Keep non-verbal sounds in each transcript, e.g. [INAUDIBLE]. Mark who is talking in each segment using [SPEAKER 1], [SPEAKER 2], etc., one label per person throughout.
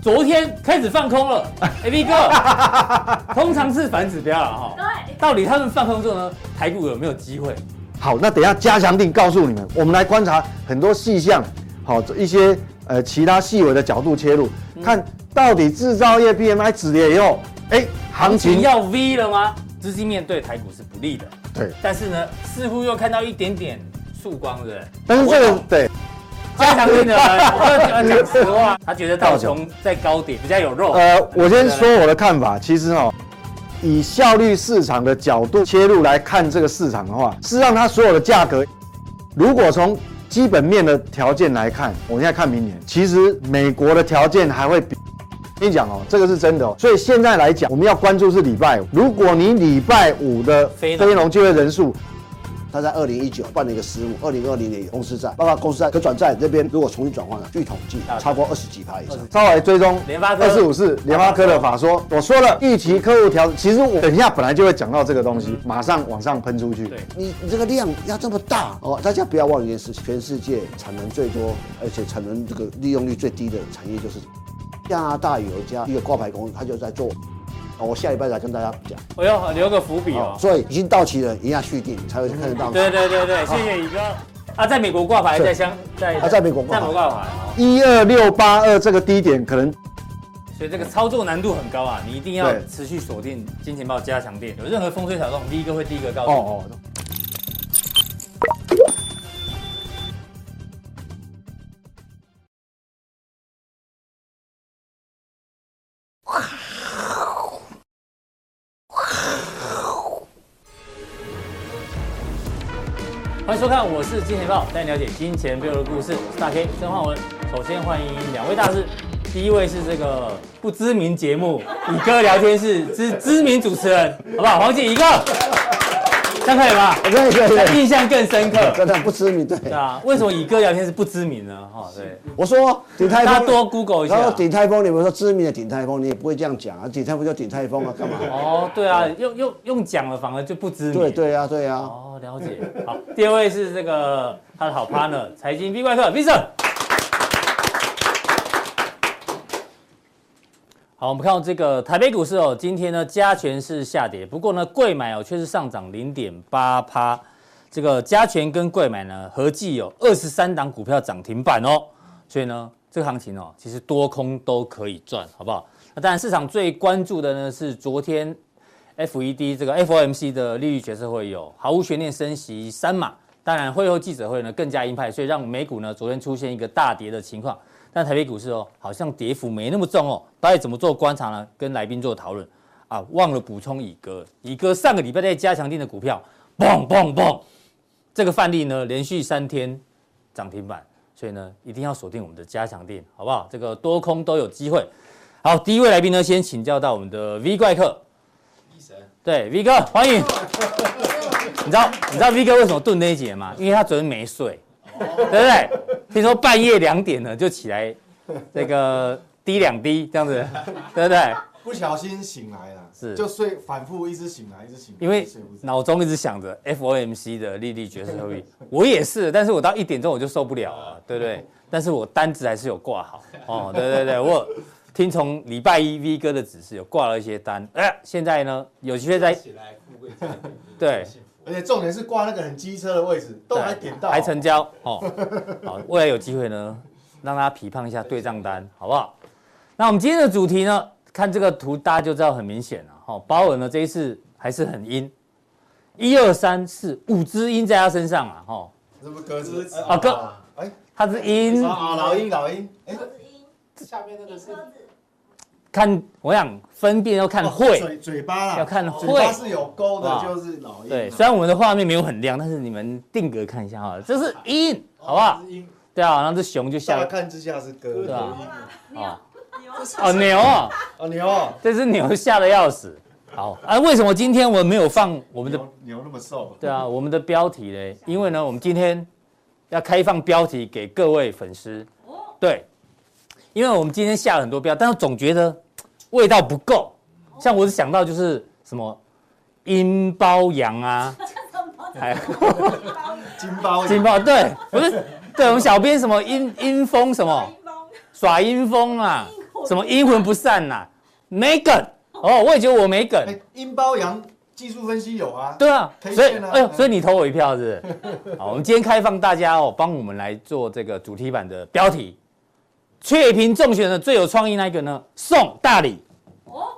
[SPEAKER 1] 昨天开始放空了。哎，V 哥，通常是反指标了哈。
[SPEAKER 2] 对，
[SPEAKER 1] 到底他们放空之后呢，台股有没有机会？
[SPEAKER 3] 好，那等一下加强定告诉你们，我们来观察很多细项，好一些呃其他细微的角度切入，
[SPEAKER 1] 嗯
[SPEAKER 3] 看到底制造业 PMI 止跌以后，哎、行
[SPEAKER 1] 行情
[SPEAKER 3] 情
[SPEAKER 1] 要 V 了吗？资金面对台股是不利的，
[SPEAKER 3] 对，
[SPEAKER 1] 但是呢，似乎又看到一点点曙光的。
[SPEAKER 3] 但是这
[SPEAKER 1] 我
[SPEAKER 3] 个
[SPEAKER 1] 懂
[SPEAKER 3] 对
[SPEAKER 1] 加强定的人，我要讲实话，他觉得道琼在高点比较有肉。
[SPEAKER 3] 呃，我先说我的看法，其实哈、哦。以效率市场的角度切入来看这个市场的话，事实上它所有的价格，如果从基本面的条件来看，我们现在看明年，其实美国的条件还会比跟你讲哦，这个是真的哦。所以现在来讲，我们要关注是礼拜五。如果你礼拜五的
[SPEAKER 1] 非
[SPEAKER 3] 非
[SPEAKER 1] 农
[SPEAKER 3] 农就业人数，
[SPEAKER 4] 他在二零一九办了一个失误，二零二零年有公司债，包括公司债可转债这边，如果重新转换了，据统计
[SPEAKER 1] 啊
[SPEAKER 4] 超过二十几趴以上。
[SPEAKER 3] 稍微追踪
[SPEAKER 1] 联发科
[SPEAKER 3] 二四五四联发科的法说，我说了，预期客户调，其实我等一下本来就会讲到这个东西，马上往上喷出去。
[SPEAKER 1] 对
[SPEAKER 4] 你你这个量要这么大哦，大家不要忘了一件事情，全世界产能最多，而且产能这个利用率最低的产业就是加拿大有一家一个挂牌公司，它就在做。哦我下礼拜来跟大家讲，
[SPEAKER 1] 我要哎留个伏笔哦。
[SPEAKER 4] 哦所以已经到期了，一定要续订才会看得到。
[SPEAKER 1] 对对对对，谢谢宇哥。啊，在美国挂牌，
[SPEAKER 4] 是
[SPEAKER 1] 在香，在
[SPEAKER 4] 啊在美国挂牌
[SPEAKER 1] 在美国挂牌哦。
[SPEAKER 3] 一二六八二这个低点可能
[SPEAKER 1] 所以这个操作难度很高啊，你一定要
[SPEAKER 3] 对
[SPEAKER 1] 持续锁定金钱豹加强店，有任何风吹草动，第一个会第一个告
[SPEAKER 3] 哦
[SPEAKER 1] 诉你。
[SPEAKER 3] 哦，
[SPEAKER 1] 欢迎收看，我是金钱豹，带你了解金钱背后的故事。我是大 K 曾焕文。首先欢迎两位大师，第一位是这个不知名节目宇哥聊天室之知名主持人，好不好？黄姐宇哥，这样可以吗？
[SPEAKER 4] 对对对，
[SPEAKER 1] 印象更深刻。
[SPEAKER 4] 真的不知名对。
[SPEAKER 1] 对啊，为什么宇哥聊天室不知名呢？哈，对，
[SPEAKER 4] 我说顶泰
[SPEAKER 1] 大家
[SPEAKER 4] 丰
[SPEAKER 1] 多 Google 一下
[SPEAKER 4] 然。后顶泰丰，你们说知名的顶泰丰，你也不会这样讲啊，顶泰丰就顶泰丰啊，干嘛？
[SPEAKER 1] 哦，对啊，用用用讲了反而就不知名。
[SPEAKER 4] 对。对啊，对啊。
[SPEAKER 1] 哦，了解。好，第二位是这个他的好 partner 财经 B 怪客 Vincent。好，我们看到这个台北股市哦，今天呢加权是下跌，不过呢贵买哦却是上涨零点八趴。这个加权跟贵买呢合计有二十三档股票涨停板哦，所以呢这个行情哦其实多空都可以赚，好不好？那当然市场最关注的呢是昨天 FED E 这个 FOMC 的利率决策会有毫无悬念升息三码。当然，会后记者会呢更加鹰派，所以让美股呢昨天出现一个大跌的情况。但台北股市哦，好像跌幅没那么重哦。到底怎么做观察呢？跟来宾做讨论啊。忘了补充乙哥，乙哥上个礼拜在加强定的股票，嘣嘣嘣，这个范例呢连续三天涨停板，所以呢一定要锁定我们的加强定，好不好？这个多空都有机会。好，第一位来宾呢，先请教到我们的 V 怪客，对，V 哥，欢迎。你知道你知道 V 哥为什么顿那一节吗？因为他昨天没睡，对不对？听说半夜两点呢就起来，这个滴两滴这样子，对不对？
[SPEAKER 5] 不小心醒来了，
[SPEAKER 1] 是
[SPEAKER 5] 就睡反复一直醒来，一直醒来，
[SPEAKER 1] 因为
[SPEAKER 5] 睡不着。
[SPEAKER 1] 脑中一直想着 FOMC 的利率决策会议，我也是，但是我到一点钟我就受不了了，对不对？但是我单子还是有挂好哦，对对对，我有听从礼拜一 V 哥的指示，有挂了一些单，哎、现在呢有机会在
[SPEAKER 6] 起来富贵在民
[SPEAKER 1] 对。
[SPEAKER 5] 而且重点是挂那个很机车的位置，都还点到，
[SPEAKER 1] 还成交哦。好，未来有机会呢，让大家批判一下对账单，好不好？那我们今天的主题呢，看这个图大家就知道很明显了。哦，鲍尔呢这一次还是很阴，一二三四五只鹰在他身上啊。哦，
[SPEAKER 5] 这不鸽子
[SPEAKER 1] 啊鸽
[SPEAKER 5] 哎
[SPEAKER 1] 他是鹰，
[SPEAKER 5] 啊老鹰老鹰，哎
[SPEAKER 6] 下面那个是
[SPEAKER 1] 看我想分辨要
[SPEAKER 5] 哦
[SPEAKER 1] 看会。
[SPEAKER 5] 哎嘴嘴巴啦，
[SPEAKER 1] 要看会
[SPEAKER 5] 嘴巴是有勾的
[SPEAKER 1] 哇，
[SPEAKER 5] 就是老鹰。啊
[SPEAKER 1] 对，虽然我们的画面没有很亮，但是你们定格看一下哈，这是鹰，好不好
[SPEAKER 5] 哦？？是鹰
[SPEAKER 1] 对啊，然后这熊就下
[SPEAKER 5] 乍
[SPEAKER 1] 来
[SPEAKER 5] 看之下是鸽
[SPEAKER 1] 对
[SPEAKER 5] 子
[SPEAKER 1] 啊啊，
[SPEAKER 2] 牛
[SPEAKER 1] 哦牛啊，
[SPEAKER 5] 哦牛哦
[SPEAKER 1] 这只牛吓得要死。好啊，为什么今天我们没有放我们的
[SPEAKER 5] 牛牛那么瘦，
[SPEAKER 1] 对啊，我们的标题嘞，因为呢，我们今天要开放标题给各位粉丝。对，因为我们今天下了很多标，但是总觉得嘖味道不够。像我是想到就是什么阴包羊啊，还 [LAUGHS]
[SPEAKER 5] 金包
[SPEAKER 1] 金包对，不是对我们小编什么阴阴风什么耍阴风啊，什么阴魂不散呐、没梗哦，我也觉得我没梗，
[SPEAKER 5] 哎阴包阳技术分析有啊，
[SPEAKER 1] [LAUGHS] 对啊，
[SPEAKER 5] 可以
[SPEAKER 1] 所以
[SPEAKER 5] 见啊
[SPEAKER 1] 哎呦，
[SPEAKER 5] 嗯
[SPEAKER 1] 所以你投我一票是不是？ [LAUGHS] 好，我们今天开放大家哦，帮我们来做这个主题版的标题，雀屏中选的最有创意那一个呢，送大礼
[SPEAKER 2] 哦，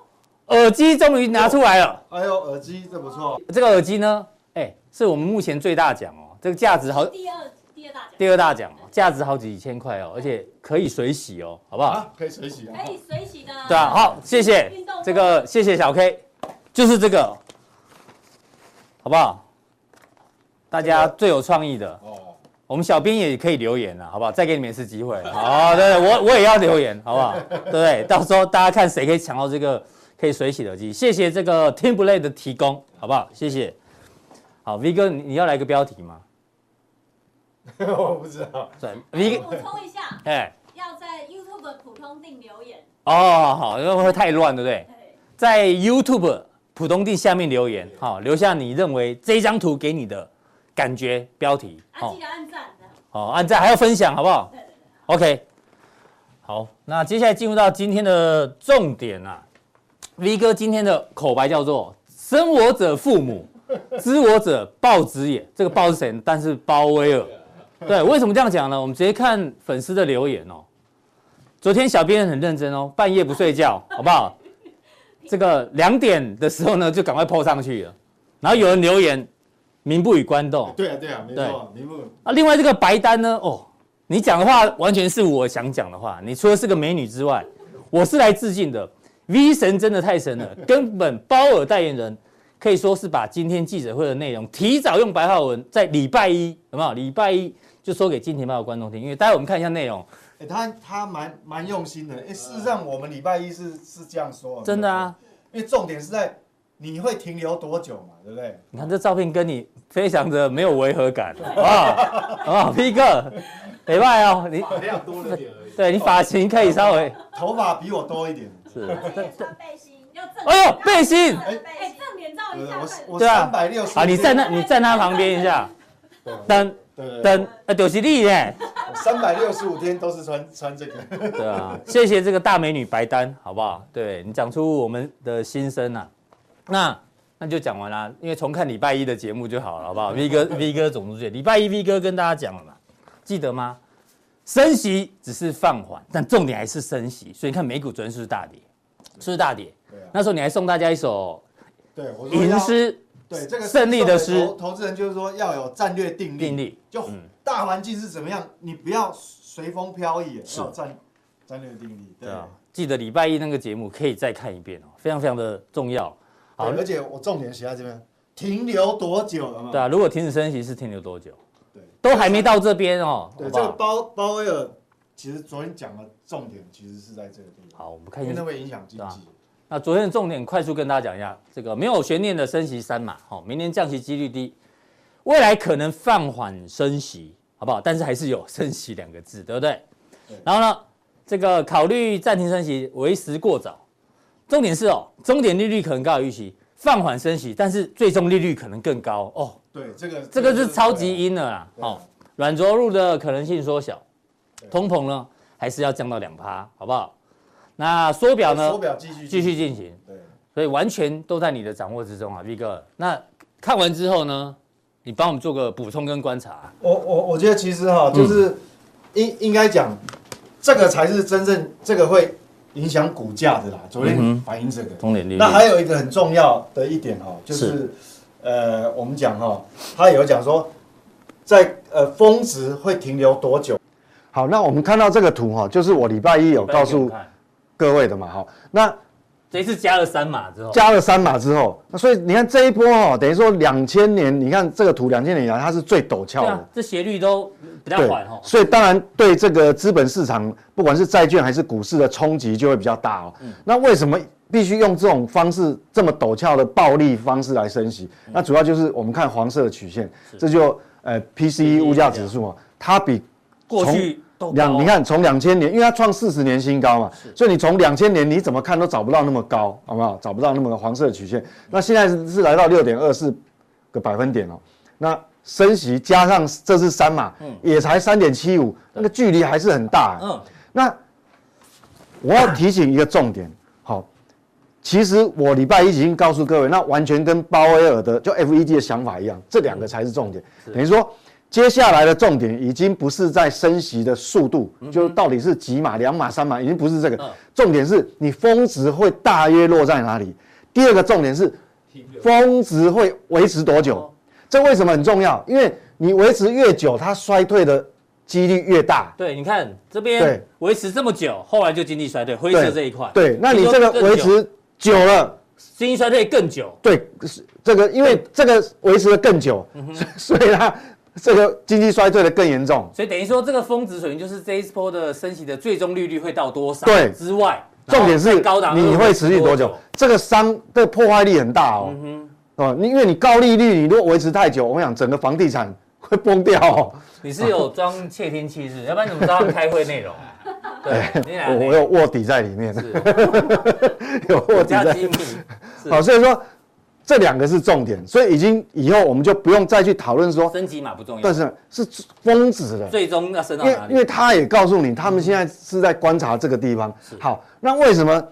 [SPEAKER 1] 耳机，终于拿出来了。
[SPEAKER 5] 哎呦，耳机这不错，
[SPEAKER 1] 这个耳机呢，哎，是我们目前最大奖哦，这个价值好
[SPEAKER 2] 第二第二大奖，
[SPEAKER 1] 第二大奖哦，价值好几千块哦，而且可以水洗哦，好不好？
[SPEAKER 5] 啊，可以水洗啊
[SPEAKER 2] 可，以水洗的，
[SPEAKER 1] 对啊，好，谢谢
[SPEAKER 2] 运动风
[SPEAKER 1] 这个，谢谢小 K，就是这个，好不好？大家最有创意的，
[SPEAKER 5] 哦， [LAUGHS]
[SPEAKER 1] 我们小编也可以留言啊了，好不好？再给你们一次机会。 [LAUGHS] 好，对，我我也要留言，好不好？对不对？到时候大家看谁可以抢到这个可以水洗的耳机。谢谢这个 Timberlake 的提供，好不好？谢谢。好，V 哥，你你要来个标题吗？
[SPEAKER 5] 我不知道，
[SPEAKER 1] 对，V 哥，
[SPEAKER 2] 补充一下，
[SPEAKER 1] 哎，
[SPEAKER 2] 要在 YouTube 的普通定留言，
[SPEAKER 1] 哦，好，因为会太乱，对不对？
[SPEAKER 2] 对，
[SPEAKER 1] 在 YouTube 普通地下面留言，好、留下你认为这张图给你的感觉标题，
[SPEAKER 2] 啊
[SPEAKER 1] 好、
[SPEAKER 2] 记得按赞的，
[SPEAKER 1] 好、按赞还要分享，好不好
[SPEAKER 2] 对对对，
[SPEAKER 1] ？OK，好，那接下来进入到今天的重点啊，V 哥今天的口白叫做“生我者父母，知我者报之也”，这个报是谁？但是鲍威尔。对，为什么这样讲呢？我们直接看粉丝的留言哦。昨天小编很认真哦，半夜不睡觉，好不好？这个两点的时候呢，就赶快 PO 上去了。然后有人留言，民不与官斗。
[SPEAKER 5] 对啊对啊，没错，明目
[SPEAKER 1] 啊，另外这个白丹呢，哦，你讲的话完全是我想讲的话。你除了是个美女之外，我是来致敬的。V 神真的太神了，根本包尔代言人可以说是把今天记者会的内容提早用白话文在礼拜一有没有？礼拜一就说给金钱豹的观众听，因为待会我们看一下内容，
[SPEAKER 5] 哎，他他蛮蛮用心的，哎，事实上我们礼拜一是是这样说，
[SPEAKER 1] 真的啊，
[SPEAKER 5] 因为重点是在你会停留多久嘛，对不对？
[SPEAKER 1] 你看这照片跟你非常的没有违和感，好 [LAUGHS] 不好？好不好？P 哥，礼拜哦，你
[SPEAKER 6] 量多了点而已。
[SPEAKER 1] 对你发型可以稍微
[SPEAKER 5] 头发比我多一点，
[SPEAKER 1] 是
[SPEAKER 2] 而且也穿背心，要正，
[SPEAKER 1] 哎呦背心
[SPEAKER 2] 哎，正脸照
[SPEAKER 5] 对
[SPEAKER 2] 一下，快点
[SPEAKER 5] 不对？我我
[SPEAKER 1] 对啊
[SPEAKER 5] 三百六十，
[SPEAKER 1] 好，你站那你站他旁边一下，
[SPEAKER 5] 对
[SPEAKER 1] 噔
[SPEAKER 5] 对对，啊
[SPEAKER 1] 噔，呃，就是你耶。
[SPEAKER 5] 三百六十五天都是穿穿这个，
[SPEAKER 1] 对啊， [LAUGHS] 谢谢这个大美女白丹，好不好？对你讲出我们的心声啊，那那就讲完啦，因为重看礼拜一的节目就好了，好不好？V
[SPEAKER 5] [LAUGHS]
[SPEAKER 1] 哥 V 哥总出去，礼拜一 V 哥跟大家讲了嘛，记得吗？升息只是放缓，但重点还是升息，所以你看美股昨天是不是大跌？是不是大跌？
[SPEAKER 5] 对啊，
[SPEAKER 1] 那时候你还送大家一首
[SPEAKER 5] 对，我
[SPEAKER 1] 《
[SPEAKER 5] 说要
[SPEAKER 1] 吟诗
[SPEAKER 5] 对这个
[SPEAKER 1] 胜利的诗
[SPEAKER 5] 投投资人就是说要有战略定力，
[SPEAKER 1] 定力
[SPEAKER 5] 就
[SPEAKER 1] 嗯
[SPEAKER 5] 大环境是怎么样，你不要随风飘逸，要有战战略定力，对
[SPEAKER 1] 对啊，记得礼拜一那个节目可以再看一遍哦，非常非常的重要。
[SPEAKER 5] 对
[SPEAKER 1] 好，
[SPEAKER 5] 而且我重点写在这边，停留多久了嘛？
[SPEAKER 1] 对啊，如果停止升息是停留多久？
[SPEAKER 5] 对
[SPEAKER 1] 都还没到这边哦，好
[SPEAKER 5] 对，
[SPEAKER 1] 不
[SPEAKER 5] 这个
[SPEAKER 1] 好？
[SPEAKER 5] 包包威尔其实昨天讲的重点其实是在这个地方，
[SPEAKER 1] 好，我们看
[SPEAKER 5] 因为
[SPEAKER 1] 一
[SPEAKER 5] 那
[SPEAKER 1] 下。
[SPEAKER 5] 会影响经
[SPEAKER 1] 对啊
[SPEAKER 5] 济。
[SPEAKER 1] 那昨天的重点，快速跟大家讲一下，这个没有悬念的升息三码，好、明年降息几率低，未来可能放缓升息，好不好？但是还是有升息两个字，对不对？
[SPEAKER 5] 对
[SPEAKER 1] 然后呢，这个考虑暂停升息为时过早，重点是哦，终点利率可能高于预期，放缓升息，但是最终利率可能更高哦，
[SPEAKER 5] 对，这个
[SPEAKER 1] 这个是超级阴了啦，
[SPEAKER 5] 对啊
[SPEAKER 1] 哦，软着陆的可能性缩小，
[SPEAKER 5] 对
[SPEAKER 1] 通膨呢还是要降到两趴，好不好？那缩表呢
[SPEAKER 5] 手表继续
[SPEAKER 1] 继续进行，
[SPEAKER 5] 对，
[SPEAKER 1] 所以完全都在你的掌握之中啊，V 哥。那看完之后呢，你帮我们做个补充跟观察啊、
[SPEAKER 5] 我我我觉得其实
[SPEAKER 1] 嗯
[SPEAKER 5] 哈，就是应应该讲，这个才是真正这个会影响股价的啦。
[SPEAKER 1] 嗯
[SPEAKER 5] 昨天
[SPEAKER 1] 哼
[SPEAKER 5] 反映这个，
[SPEAKER 1] 重点利率。
[SPEAKER 5] 那还有一个很重要的一点哈，就是呃，我们讲哈，他有讲说，在呃峰值会停留多久？
[SPEAKER 3] 好，那我们看到这个图哈，哦就是我礼拜一有告诉各位的嘛哈。那
[SPEAKER 1] 这一次加了三码之后，
[SPEAKER 3] 加了三码之后，那所以你看这一波哦，等于说两千年，你看这个图两千年以来它是最陡峭
[SPEAKER 1] 对
[SPEAKER 3] 的，
[SPEAKER 1] 啊，这斜率都比较缓哦。
[SPEAKER 3] 所以当然对这个资本市场，不管是债券还是股市的冲击就会比较大哦。
[SPEAKER 1] 嗯
[SPEAKER 3] 那为什么必须用这种方式这么陡峭的暴力方式来升息？
[SPEAKER 1] 嗯
[SPEAKER 3] 那主要就是我们看黄色的曲线，这就
[SPEAKER 6] E
[SPEAKER 3] 呃
[SPEAKER 1] E
[SPEAKER 3] PCE 物价指数啊，它比
[SPEAKER 1] 过去都
[SPEAKER 6] 哦
[SPEAKER 1] 高啊
[SPEAKER 3] 两，你看从两千年，因为它创四十年新高嘛，所以你从两千年你怎么看都找不到那么高，好不好？找不到那么黄色的曲线。那现在是是来到六点二四个百分点哦。那升息加上这是
[SPEAKER 6] 嗯
[SPEAKER 3] 啊三嘛，也才三点七五，那个距离还是很大。
[SPEAKER 1] 嗯，
[SPEAKER 3] 那我要提醒一个重点，好，其实我礼拜一已经告诉各位，那完全跟鲍威尔的就 FED 的想法一样，这两个才是重点。等于说，接下来的重点已经不是在升息的速度，就到底是几码、两码、三码，已经不是这个
[SPEAKER 1] 嗯，
[SPEAKER 3] 重点是你峰值会大约落在哪里。第二个重点是峰值会维持多
[SPEAKER 1] 哦
[SPEAKER 3] 久？这为什么很重要？因为你维持越久，它衰退的几率越大。
[SPEAKER 1] 对，你看这
[SPEAKER 3] 对
[SPEAKER 1] 边维持这么久，后来就经济衰退，灰色
[SPEAKER 3] 对
[SPEAKER 1] 这一块。
[SPEAKER 3] 对，那你这个
[SPEAKER 1] 更
[SPEAKER 3] 维
[SPEAKER 1] 久
[SPEAKER 3] 持久了，
[SPEAKER 1] 经济衰退更久，
[SPEAKER 3] 对，是这个因为这个维持的更久，
[SPEAKER 1] 嗯
[SPEAKER 3] 所以 [LAUGHS] 它这个经济衰退的更严重。
[SPEAKER 1] 所以等于说这个峰值水平就是这一波的升息的最终利率会到多少
[SPEAKER 3] 对
[SPEAKER 1] 之外，
[SPEAKER 3] 重点
[SPEAKER 1] 然
[SPEAKER 3] 是
[SPEAKER 1] 后高档
[SPEAKER 3] 你
[SPEAKER 1] 2%
[SPEAKER 3] 会持续多久？？这个伤的破坏力很大
[SPEAKER 1] 嗯
[SPEAKER 3] 哦。哦，你因为你高利率，你如果维持太久，我想整个房地产会崩掉哦。
[SPEAKER 1] 你是有装窃听器
[SPEAKER 3] [LAUGHS]
[SPEAKER 1] 是不是？要不然怎么知道他们开会内容？对，你俩
[SPEAKER 3] 哎我我有卧底在里面， [LAUGHS] 有卧
[SPEAKER 1] 我
[SPEAKER 3] 底在哦
[SPEAKER 1] 家。机
[SPEAKER 3] [LAUGHS]
[SPEAKER 1] 密，是
[SPEAKER 3] 好，所以说这两个是重点，所以已经以后我们就不用再去讨论说，
[SPEAKER 1] 升级码不重要
[SPEAKER 3] 但，是是峰值的。
[SPEAKER 1] 最终要升到
[SPEAKER 3] 因为
[SPEAKER 1] 哪
[SPEAKER 3] 因
[SPEAKER 1] 里？
[SPEAKER 3] 为他也告诉你，他们现在是在观察这个地
[SPEAKER 1] 嗯
[SPEAKER 3] 方。好，那为什么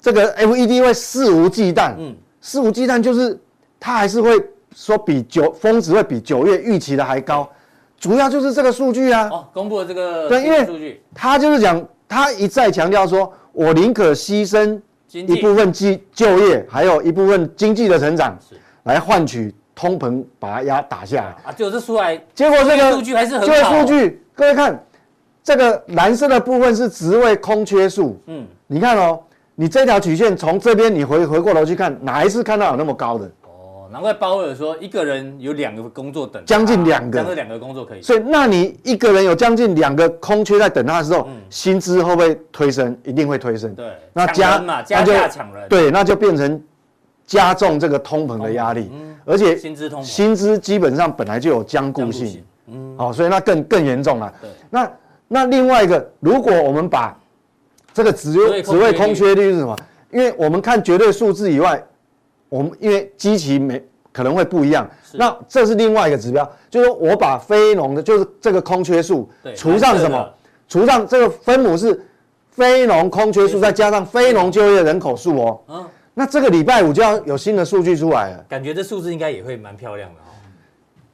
[SPEAKER 3] 这个 FED 会肆无忌惮？
[SPEAKER 1] 嗯
[SPEAKER 3] 肆无忌惮就是它还是会说比九峰值会比九月预期的还高，主要就是这个数据啊。
[SPEAKER 1] 哦，公布了这个
[SPEAKER 3] 对因为
[SPEAKER 1] 经济数据，
[SPEAKER 3] 他就是讲，他一再强调说，我宁可牺牲
[SPEAKER 1] 经
[SPEAKER 3] 一
[SPEAKER 1] 济
[SPEAKER 3] 部分就就业，还有一部分经济的成长
[SPEAKER 1] 是，
[SPEAKER 3] 来换取通膨把它压打下来。
[SPEAKER 1] 啊，结果这出来
[SPEAKER 3] 结果这个
[SPEAKER 1] 数据还是很好
[SPEAKER 3] 就业数据，各位看，这个蓝色的部分是职位空缺数。
[SPEAKER 1] 嗯
[SPEAKER 3] 嗯，你看哦，你这条曲线从这边你回回过头去看，哪一次看到有那么高的？
[SPEAKER 1] 哦，难怪鲍威尔说一个人有两个工作等着他，
[SPEAKER 3] 将近两个
[SPEAKER 1] 将近两个工作可以做。
[SPEAKER 3] 所以，那你一个人有将近两个空缺在等他的时候，薪资会不会推升？一定会推升。
[SPEAKER 1] 嗯对
[SPEAKER 3] 那
[SPEAKER 1] 抢
[SPEAKER 3] 加
[SPEAKER 1] 人嘛
[SPEAKER 3] 那
[SPEAKER 1] 加
[SPEAKER 3] 就
[SPEAKER 1] 价抢人
[SPEAKER 3] 对，那就变成加重这个通膨的压力，而且
[SPEAKER 1] 薪资嗯通膨
[SPEAKER 3] 薪资基本上本来就有僵
[SPEAKER 1] 将
[SPEAKER 3] 固
[SPEAKER 1] 不
[SPEAKER 3] 性
[SPEAKER 1] 行，嗯，
[SPEAKER 3] 好、所以那更更严重了。
[SPEAKER 1] 对
[SPEAKER 3] 那那另外一个，如果我们把这个职位职
[SPEAKER 1] 职位
[SPEAKER 3] 位
[SPEAKER 1] 空
[SPEAKER 3] 空
[SPEAKER 1] 缺
[SPEAKER 3] 缺率是什么？因为我们看绝对数字以外，我们因为基期没可能会不一样，那这是另外一个指标，就是说我把非农的，就是这个空缺数
[SPEAKER 1] 对
[SPEAKER 3] 除上
[SPEAKER 1] 蓝
[SPEAKER 3] 什
[SPEAKER 1] 色
[SPEAKER 3] 么
[SPEAKER 1] 的？
[SPEAKER 3] 除上这个分母是非农空缺数，再加上非农就业人口数哦。
[SPEAKER 1] 嗯
[SPEAKER 3] 那这个礼拜五就要有新的数据出来了。
[SPEAKER 1] 感觉这数字应该也会蛮漂亮的哦。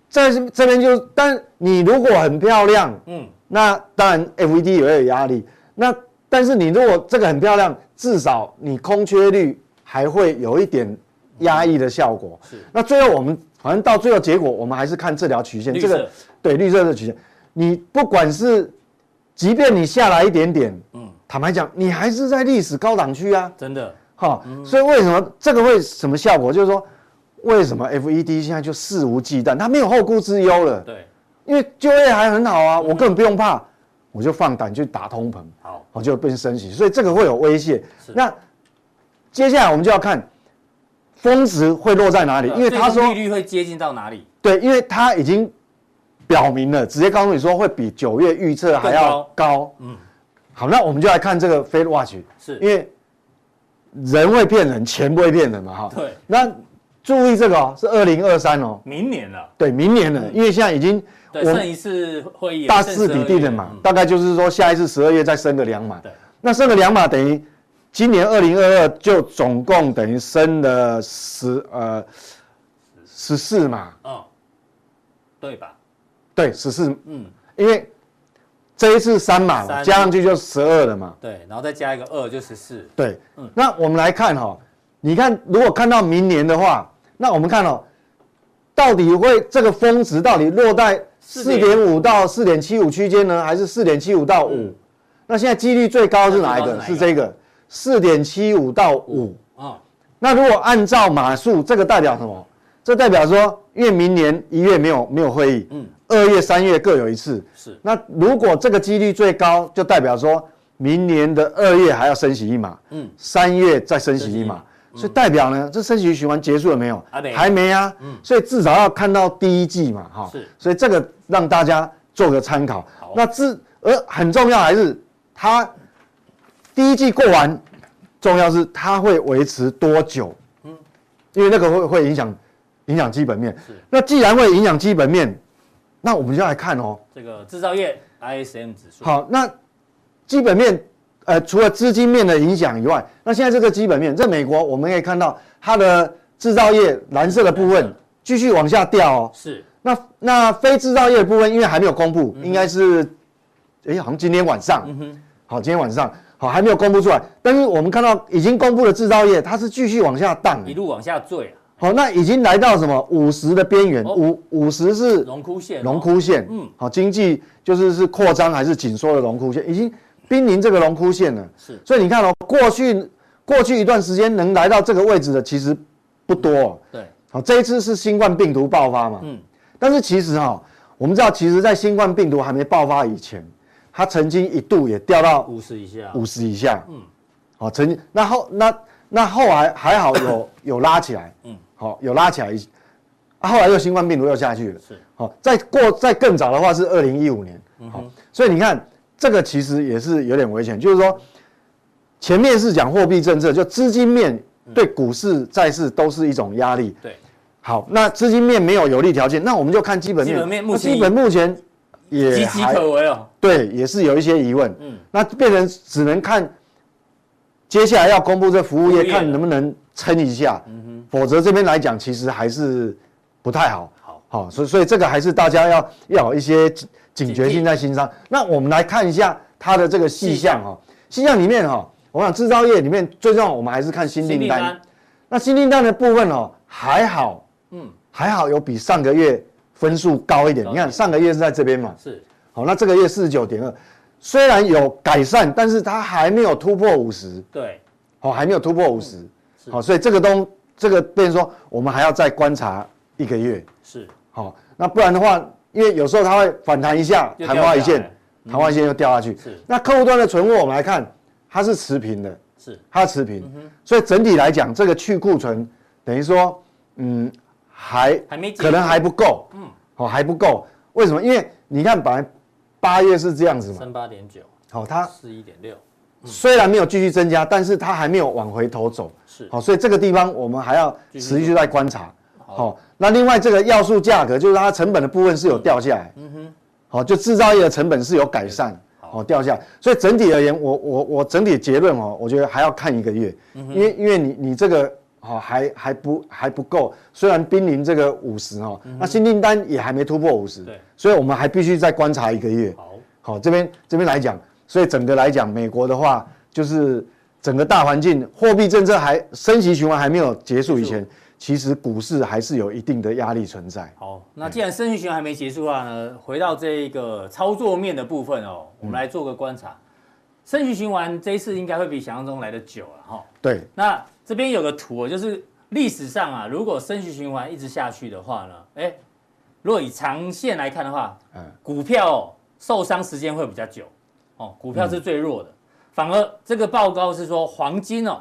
[SPEAKER 3] 在这这边就，但你如果很漂亮，
[SPEAKER 1] 嗯，
[SPEAKER 3] 那当然 FED 也会有压力。那但是你如果这个很漂亮，至少你空缺率还会有一点压抑的效果。
[SPEAKER 1] 是
[SPEAKER 3] 那最后我们反正到最后结果，我们还是看这条曲线，
[SPEAKER 1] 绿
[SPEAKER 3] 这个
[SPEAKER 1] 色
[SPEAKER 3] 对绿色的曲线，你不管是即便你下来一点点，嗯，坦白讲，你还是在历史高档区啊。
[SPEAKER 1] 真的
[SPEAKER 3] 哈、
[SPEAKER 1] 嗯
[SPEAKER 3] 所以为什么这个会什么效果？就是说，为什么 FED 现在就肆无忌惮，它没有后顾之忧了？
[SPEAKER 1] 对，
[SPEAKER 3] 因为就业还很好啊，
[SPEAKER 1] 嗯
[SPEAKER 3] 我根本不用怕，我就放胆去打通膨，
[SPEAKER 1] 好，
[SPEAKER 3] 我就变升息，所以这个会有威胁。那接下来我们就要看峰值会落在哪里，因为他
[SPEAKER 1] 最终
[SPEAKER 3] 说
[SPEAKER 1] 啊利率会接近到哪里？
[SPEAKER 3] 对，因为他已经表明了，直接告诉你说会比九月预测还要高。嗯，好，那我们就来看这个 Fed Watch，
[SPEAKER 1] 是
[SPEAKER 3] 因为人会骗人，钱不会骗人嘛，哈。
[SPEAKER 1] 对
[SPEAKER 3] 那注意这个哦，是二零二三哦，
[SPEAKER 1] 明年了，
[SPEAKER 3] 对，明年了，因为现在已经
[SPEAKER 1] 嗯对，
[SPEAKER 3] 我
[SPEAKER 1] 剩一次会议了
[SPEAKER 3] 大
[SPEAKER 1] 剩
[SPEAKER 3] 势底
[SPEAKER 1] 12
[SPEAKER 3] 定了
[SPEAKER 1] 月
[SPEAKER 3] 嘛
[SPEAKER 1] 嗯，
[SPEAKER 3] 大概就是说下一次十二月再升个两码
[SPEAKER 1] 对，
[SPEAKER 3] 那升个两码等于今年二零二二就总共等于升了十呃十四码，
[SPEAKER 1] 嗯，对吧？
[SPEAKER 3] 对，十四，
[SPEAKER 1] 嗯
[SPEAKER 3] 嗯，因为这一次三码嘛，
[SPEAKER 1] 三
[SPEAKER 3] 加上去就十二了嘛，
[SPEAKER 1] 对，然后再加一个二就十四，
[SPEAKER 3] 对，那我们来看哈、你看如果看到明年的话，那我们看哦，到底会这个峰值到底落在四点
[SPEAKER 1] 4.5
[SPEAKER 3] 五到四点七五区间呢，还是四点七五到五、那现在几率最高是哪
[SPEAKER 1] 嗯
[SPEAKER 3] 一
[SPEAKER 1] 最
[SPEAKER 3] 个？
[SPEAKER 1] 高是哪一个
[SPEAKER 3] 是这个四点七五到五、
[SPEAKER 1] 嗯，
[SPEAKER 3] 那如果按照码数，这个代表什么？这代表说，因为明年一月没有没有会议，
[SPEAKER 1] 嗯
[SPEAKER 3] 嗯，二月、三月各有一次，
[SPEAKER 1] 是
[SPEAKER 3] 那如果这个几率最高，就代表说明年的二月还要升息一码，
[SPEAKER 1] 嗯
[SPEAKER 3] 嗯，三月再升息一
[SPEAKER 1] 升息一码
[SPEAKER 3] 码，所以代表呢，这升息循环结束了没有？
[SPEAKER 1] 还没
[SPEAKER 3] 还没啊，所以至少要看到第一季嘛，哈，
[SPEAKER 1] 是
[SPEAKER 3] 所以这个让大家做个参考
[SPEAKER 1] 好。
[SPEAKER 3] 那至而很重要还是它第一季过完，重要是它会维持多久？因为那个会会影响影响基本面。那既然会影响基本面，那我们就来看哦。
[SPEAKER 1] 这个制造业 ISM 指数，
[SPEAKER 3] 好，那基本面呃，除了资金面的影响以外，那现在这个基本面，在美国我们可以看到它的制造业蓝色的部分继续往下掉哦。
[SPEAKER 1] 是
[SPEAKER 3] 那那非制造业的部分，因为还没有公
[SPEAKER 1] 嗯
[SPEAKER 3] 布，应该是，哎、好像今天晚上，好，今天晚上好还没有公布出来，但是我们看到已经公布的制造业，它是继续往下荡，
[SPEAKER 1] 一路往下坠啊，
[SPEAKER 3] 好，那已经来到什么五十的边缘，
[SPEAKER 1] 哦
[SPEAKER 3] 五五十是
[SPEAKER 1] 荣枯线哦，
[SPEAKER 3] 荣枯线，
[SPEAKER 1] 嗯
[SPEAKER 3] 嗯，好，经济就是是扩张还是紧缩的荣枯线，已经濒临这个荣枯线了。
[SPEAKER 1] 是
[SPEAKER 3] 所以你看哦，过去过去一段时间能来到这个位置的其实不多、哦。
[SPEAKER 1] 对，
[SPEAKER 3] 好，这一次是新冠病毒爆发嘛，
[SPEAKER 1] 嗯
[SPEAKER 3] 嗯，但是其实哈、哦我们知道，其实在新冠病毒还没爆发以前，它曾经一度也掉到
[SPEAKER 1] 五十以下，
[SPEAKER 3] 五十以下，嗯，好，曾经那后那那后来还
[SPEAKER 1] [COUGHS]
[SPEAKER 3] 好有有拉起来，嗯，好有拉起来一，啊后来又新冠病毒又下去了，
[SPEAKER 1] 是嗯
[SPEAKER 3] 好，再过再更早的话是二零一五年，好，所以你看这个其实也是有点危险，就是说前面是讲货币政策，就资金面对股市、债市都是一种压力，
[SPEAKER 1] 对，
[SPEAKER 3] 好，那资金面没有有利条件，那我们就看基本面。
[SPEAKER 1] 基本面目前
[SPEAKER 3] 那基本目前也
[SPEAKER 1] 岌岌
[SPEAKER 3] 还
[SPEAKER 1] 可危哦，
[SPEAKER 3] 对，也是有一些疑问。
[SPEAKER 1] 嗯
[SPEAKER 3] 嗯，那变成只能看接下来要公布这服务
[SPEAKER 1] 服务
[SPEAKER 3] 业，
[SPEAKER 1] 业
[SPEAKER 3] 看能不能撑一下。嗯哼，否则这边来讲，其实还是不太好。
[SPEAKER 1] 好，
[SPEAKER 3] 好、所以所以这个还是大家要要有一些警警觉性在心上。那我们来看一下它的这个细项哈、哦，细项里面哈、哦，我想制造业里面最重要，我们还是看新订单。那新订单的部分哦，还好，
[SPEAKER 1] 嗯
[SPEAKER 3] 嗯，还好有比上个月分数高一点。
[SPEAKER 1] 高一点
[SPEAKER 3] 你看上个月是在这边嘛，
[SPEAKER 1] 是
[SPEAKER 3] 好，那这个月四十九点二，虽然有改善，但是它还没有突破五十，
[SPEAKER 1] 对，
[SPEAKER 3] 好，还没有突破五
[SPEAKER 1] 嗯
[SPEAKER 3] 十，好，所以这个东这个变成说我们还要再观察一个月，
[SPEAKER 1] 是
[SPEAKER 3] 好，那不然的话，因为有时候它会反弹一下，
[SPEAKER 1] 又掉
[SPEAKER 3] 昙花一
[SPEAKER 1] 下来
[SPEAKER 3] 现，嗯昙花一现又掉下去。
[SPEAKER 1] 是
[SPEAKER 3] 那客户端的存货我们来看，它是持平的，
[SPEAKER 1] 是
[SPEAKER 3] 它持
[SPEAKER 1] 嗯
[SPEAKER 3] 平，所以整体来讲，这个去库存等于说，嗯，还
[SPEAKER 1] 还没结束
[SPEAKER 3] 可能还不够，嗯，哦还不够，为什么？因为你看本来八月是这样子嘛，
[SPEAKER 1] 三八点九，
[SPEAKER 3] 好、它
[SPEAKER 1] 四一点六，
[SPEAKER 3] 虽然没有继续增加，但是它还没有往回头走，
[SPEAKER 1] 是
[SPEAKER 3] 好、所以这个地方我们还要
[SPEAKER 1] 继续
[SPEAKER 3] 持续在观察，好、那另外这个要素价格就是它成本的部分是有掉下来，嗯哼，好、就制造业的成本是有改善。好掉下来，所以整体而言，我我我整体结论哦，我觉得还要看一个月，因为因为你你这个哦还还不还不够，虽然濒临这个五十哦，那新订单也还没突破五十，
[SPEAKER 1] 对，
[SPEAKER 3] 所以我们还必须再观察一个月。
[SPEAKER 1] 好，
[SPEAKER 3] 好，哦这边这边来讲，所以整个来讲，美国的话就是整个大环境，货币政策还升息循环还没有结束以前，其实股市还是有一定的压力存在。
[SPEAKER 1] 好，那既然升息循环还没结束啊，呢，回到这个操作面的部分哦，我们来做个观察。升息循环这一次应该会比想象中来的久了哈、
[SPEAKER 3] 对，
[SPEAKER 1] 那这边有个图哦，就是历史上啊，如果升息循环一直下去的话呢，哎，如果以长线来看的话，
[SPEAKER 3] 嗯
[SPEAKER 1] 股票、哦、受伤时间会比较久哦，股票是最弱的。反而这个报告是说，黄金哦，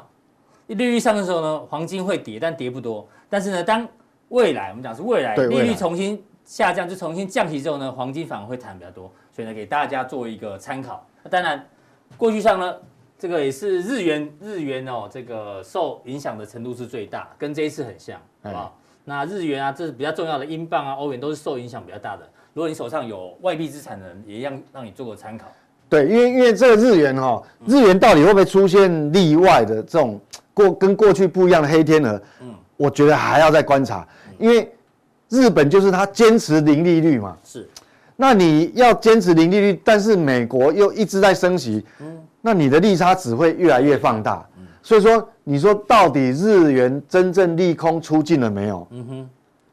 [SPEAKER 1] 利率上升的时候呢，黄金会跌，但跌不多。但是呢，当未来我们讲是未来
[SPEAKER 3] 对
[SPEAKER 1] 利
[SPEAKER 3] 未
[SPEAKER 1] 率
[SPEAKER 3] 来
[SPEAKER 1] 重新下降，就重新降息之后呢，黄金反而会弹比较多。所以呢，给大家做一个参考。那当然，过去上呢，这个也是日元日元哦，这个受影响的程度是最大，跟这一次很像，好不好？
[SPEAKER 3] 哎
[SPEAKER 1] 那日元啊，这是比较重要的，英镑啊、欧元都是受影响比较大的。如果你手上有外币资产的人，也一样让你做个参考。
[SPEAKER 3] 对，因为因为这个日元哈、哦日元到底会不会出现例外的这种过跟过去不一样的黑天鹅？嗯，我觉得还要再观察，因为日本就是它坚持零利率嘛，
[SPEAKER 1] 是
[SPEAKER 3] 那你要坚持零利率，但是美国又一直在升息，那你的利差只会越来越放大。所以说，你说到底日元真正利空出尽了没有？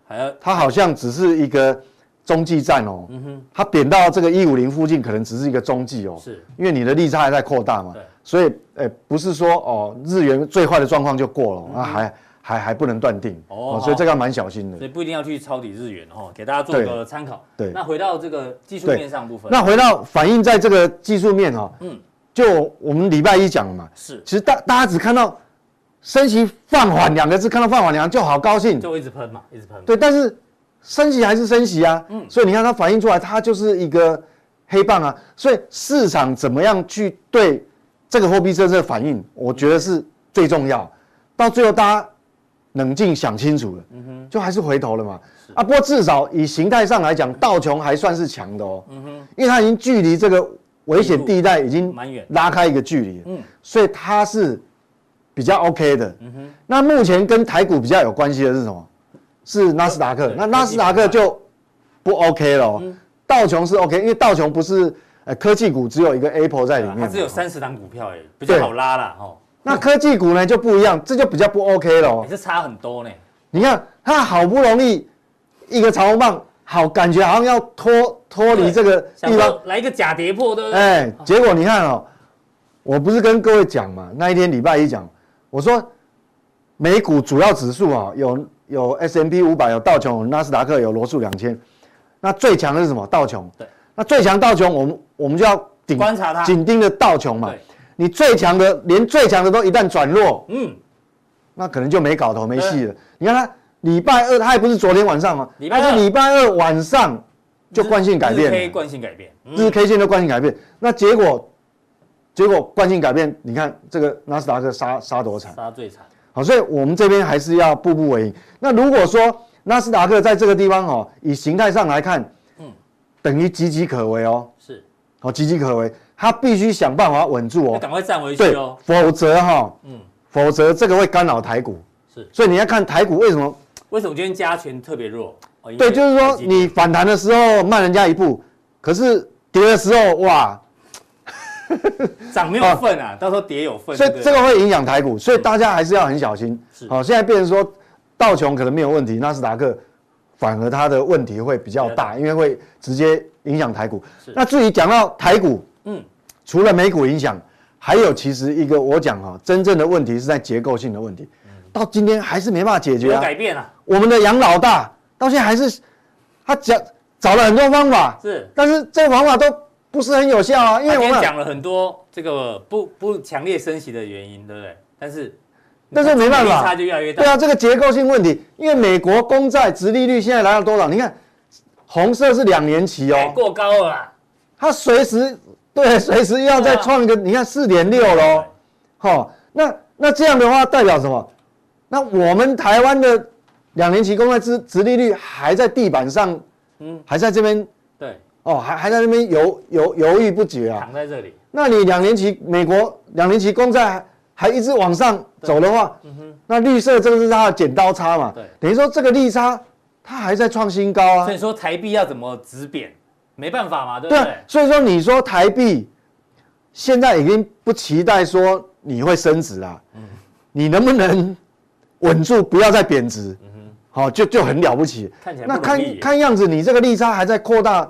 [SPEAKER 1] 还要
[SPEAKER 3] 它好像只是一个中继站哦，它贬到这个一五零附近，可能只是一个中继哦，
[SPEAKER 1] 是
[SPEAKER 3] 因为你的利差还在扩大嘛
[SPEAKER 1] 对，
[SPEAKER 3] 所以呃不是说哦日元最坏的状况就过了，那还还还不能断定
[SPEAKER 1] 嗯哦
[SPEAKER 3] 哦，所以这个要蛮小心的
[SPEAKER 1] 所。以不一定要去抄底日元哦，给大家做个参考。
[SPEAKER 3] 对对
[SPEAKER 1] 那回到这个技术
[SPEAKER 3] 对
[SPEAKER 1] 面上部分，
[SPEAKER 3] 那回到反映在这个技术面哈、哦，
[SPEAKER 1] 嗯
[SPEAKER 3] 嗯，就我们礼拜一讲了嘛，
[SPEAKER 1] 是
[SPEAKER 3] 其实大大家只看到升息放缓两个字，看到放缓两个字就好高兴，
[SPEAKER 1] 就一直喷嘛，啊一直喷。
[SPEAKER 3] 对，但是升息还是升息啊，
[SPEAKER 1] 嗯
[SPEAKER 3] 所以你看它反映出来，它就是一个黑棒啊，所以市场怎么样去对这个货币政策反应，我觉得是最重要，到最后大家冷静想清楚了，
[SPEAKER 1] 嗯
[SPEAKER 3] 就还是回头了嘛，啊，
[SPEAKER 1] 嗯
[SPEAKER 3] 不过至少以形态上来讲，道琼还算是强的哦，因为它已经距离这个。危险地带已经
[SPEAKER 1] 蛮远
[SPEAKER 3] 拉开一个距离，
[SPEAKER 1] 嗯
[SPEAKER 3] 嗯，所以它是比较 OK 的。那目前跟台股比较有关系的是什么？是纳斯达克
[SPEAKER 1] 对。嗯
[SPEAKER 3] 那纳斯达克就不 OK 了、哦，道琼是 OK，因为道琼不是呃科技股只有一个 Apple 在里面嘛，
[SPEAKER 1] 它只有三十档股票哎，比较
[SPEAKER 3] 对
[SPEAKER 1] 好拉啦哦，
[SPEAKER 3] 那科技股呢就不一样，这就比较不 OK 了、哦
[SPEAKER 1] 也。是差很多呢。
[SPEAKER 3] 你看它好不容易一个长红棒，好感觉好像要脱脱离哦这个
[SPEAKER 1] 想
[SPEAKER 3] 地方
[SPEAKER 1] 说，来一个假跌破，对不对？
[SPEAKER 3] 哎，结果你看哦，我不是跟各位讲嘛，那一天礼拜一讲，我说美股主要指数啊、有有 S M P 五百，有道琼，有纳斯达克，有罗素两千，那最强的是什么？道琼。
[SPEAKER 1] 对。
[SPEAKER 3] 那最强道琼，我们我们就要顶
[SPEAKER 1] 观察它
[SPEAKER 3] 紧盯着道琼嘛
[SPEAKER 1] 对。
[SPEAKER 3] 你最强的，连最强的都一旦转弱，
[SPEAKER 1] 嗯，
[SPEAKER 3] 那可能就没搞头，没戏了。你看它礼拜二，它还不是昨天晚上吗？
[SPEAKER 1] 礼拜二
[SPEAKER 3] 它是礼拜二晚上就惯性改变
[SPEAKER 1] 日 K
[SPEAKER 3] 了。
[SPEAKER 1] 惯性改变，嗯
[SPEAKER 3] 日 K 线就惯性改变，那结果结果惯性改变，你看这个纳斯达克杀杀多惨，
[SPEAKER 1] 杀最惨，
[SPEAKER 3] 好，所以我们这边还是要步步为营。那如果说纳斯达克在这个地方哦，以形态上来看，
[SPEAKER 1] 嗯
[SPEAKER 3] 嗯，等于岌岌可危哦，
[SPEAKER 1] 是
[SPEAKER 3] 好，岌岌可危，它必须想办法稳住
[SPEAKER 1] 要
[SPEAKER 3] 哦，
[SPEAKER 1] 赶快站回去
[SPEAKER 3] 对
[SPEAKER 1] 哦，。
[SPEAKER 3] 否则哈、
[SPEAKER 1] 嗯，
[SPEAKER 3] 否则这个会干扰台股，
[SPEAKER 1] 是
[SPEAKER 3] 所以你要看台股为什么
[SPEAKER 1] 为什么今天加权特别弱？哦因为
[SPEAKER 3] 对，就是说
[SPEAKER 1] 台积电
[SPEAKER 3] 你反弹的时候慢人家一步，可是跌的时候哇。
[SPEAKER 1] 涨没有份啊，到时候跌有份，
[SPEAKER 3] 所以
[SPEAKER 1] 对不
[SPEAKER 3] 这
[SPEAKER 1] 对
[SPEAKER 3] 个会影响台股，所以大家还是要很小心
[SPEAKER 1] 是。
[SPEAKER 3] 好、现在变成说道琼可能没有问题，纳斯达克反而它的问题会比较大，因为会直接影响台股
[SPEAKER 1] 是。
[SPEAKER 3] 那至于讲到台股，
[SPEAKER 1] 嗯，
[SPEAKER 3] 除了美股影响，还有其实一个我讲哈、真正的问题是在结构性的问题，到今天还是没办法解
[SPEAKER 1] 嗯没
[SPEAKER 3] 决
[SPEAKER 1] 有
[SPEAKER 3] 啊。
[SPEAKER 1] 改变啊，
[SPEAKER 3] 我们的杨老大到现在还是他讲找了很多方法，
[SPEAKER 1] 是。
[SPEAKER 3] 但是这个方法都不是很有效啊，因
[SPEAKER 1] 他今
[SPEAKER 3] 为我
[SPEAKER 1] 天
[SPEAKER 3] 们
[SPEAKER 1] 讲了很多这个不不强烈升息的原因，对不对？但是
[SPEAKER 3] 但是没办法
[SPEAKER 1] 利差就越来越大。
[SPEAKER 3] 对啊，这个结构性问题，因为美国公债殖利率现在来到多少？你看，红色是两年期
[SPEAKER 1] 哎，
[SPEAKER 3] 哦，
[SPEAKER 1] 过高了啦，
[SPEAKER 3] 它随时对，随时要再创一个，你看四点六喽，好，那那这样的话代表什么？那我们台湾的两年期公债殖殖利率还在地板上，
[SPEAKER 1] 嗯
[SPEAKER 3] 嗯，还在这边
[SPEAKER 1] 对，
[SPEAKER 3] 哦，还还在那边犹犹犹豫不决啊。
[SPEAKER 1] 躺在这里，
[SPEAKER 3] 那你两年期美国两年期公债还还一直往上走的话，那绿色这个是它的剪刀差嘛？
[SPEAKER 1] 对
[SPEAKER 3] 等于说这个利差它还在创新高啊
[SPEAKER 1] 所以。说台币要怎么止贬，没办法嘛，对不
[SPEAKER 3] 对啊
[SPEAKER 1] 对，？
[SPEAKER 3] 所以说你说台币现在已经不期待说你会升值啊，
[SPEAKER 1] 嗯
[SPEAKER 3] 你能不能稳住不要再贬值？
[SPEAKER 1] 嗯
[SPEAKER 3] 好、就就很了不起。
[SPEAKER 1] 看起来不
[SPEAKER 3] 那
[SPEAKER 1] 容易
[SPEAKER 3] 看
[SPEAKER 1] 耶
[SPEAKER 3] 看样子你这个利差还在扩大，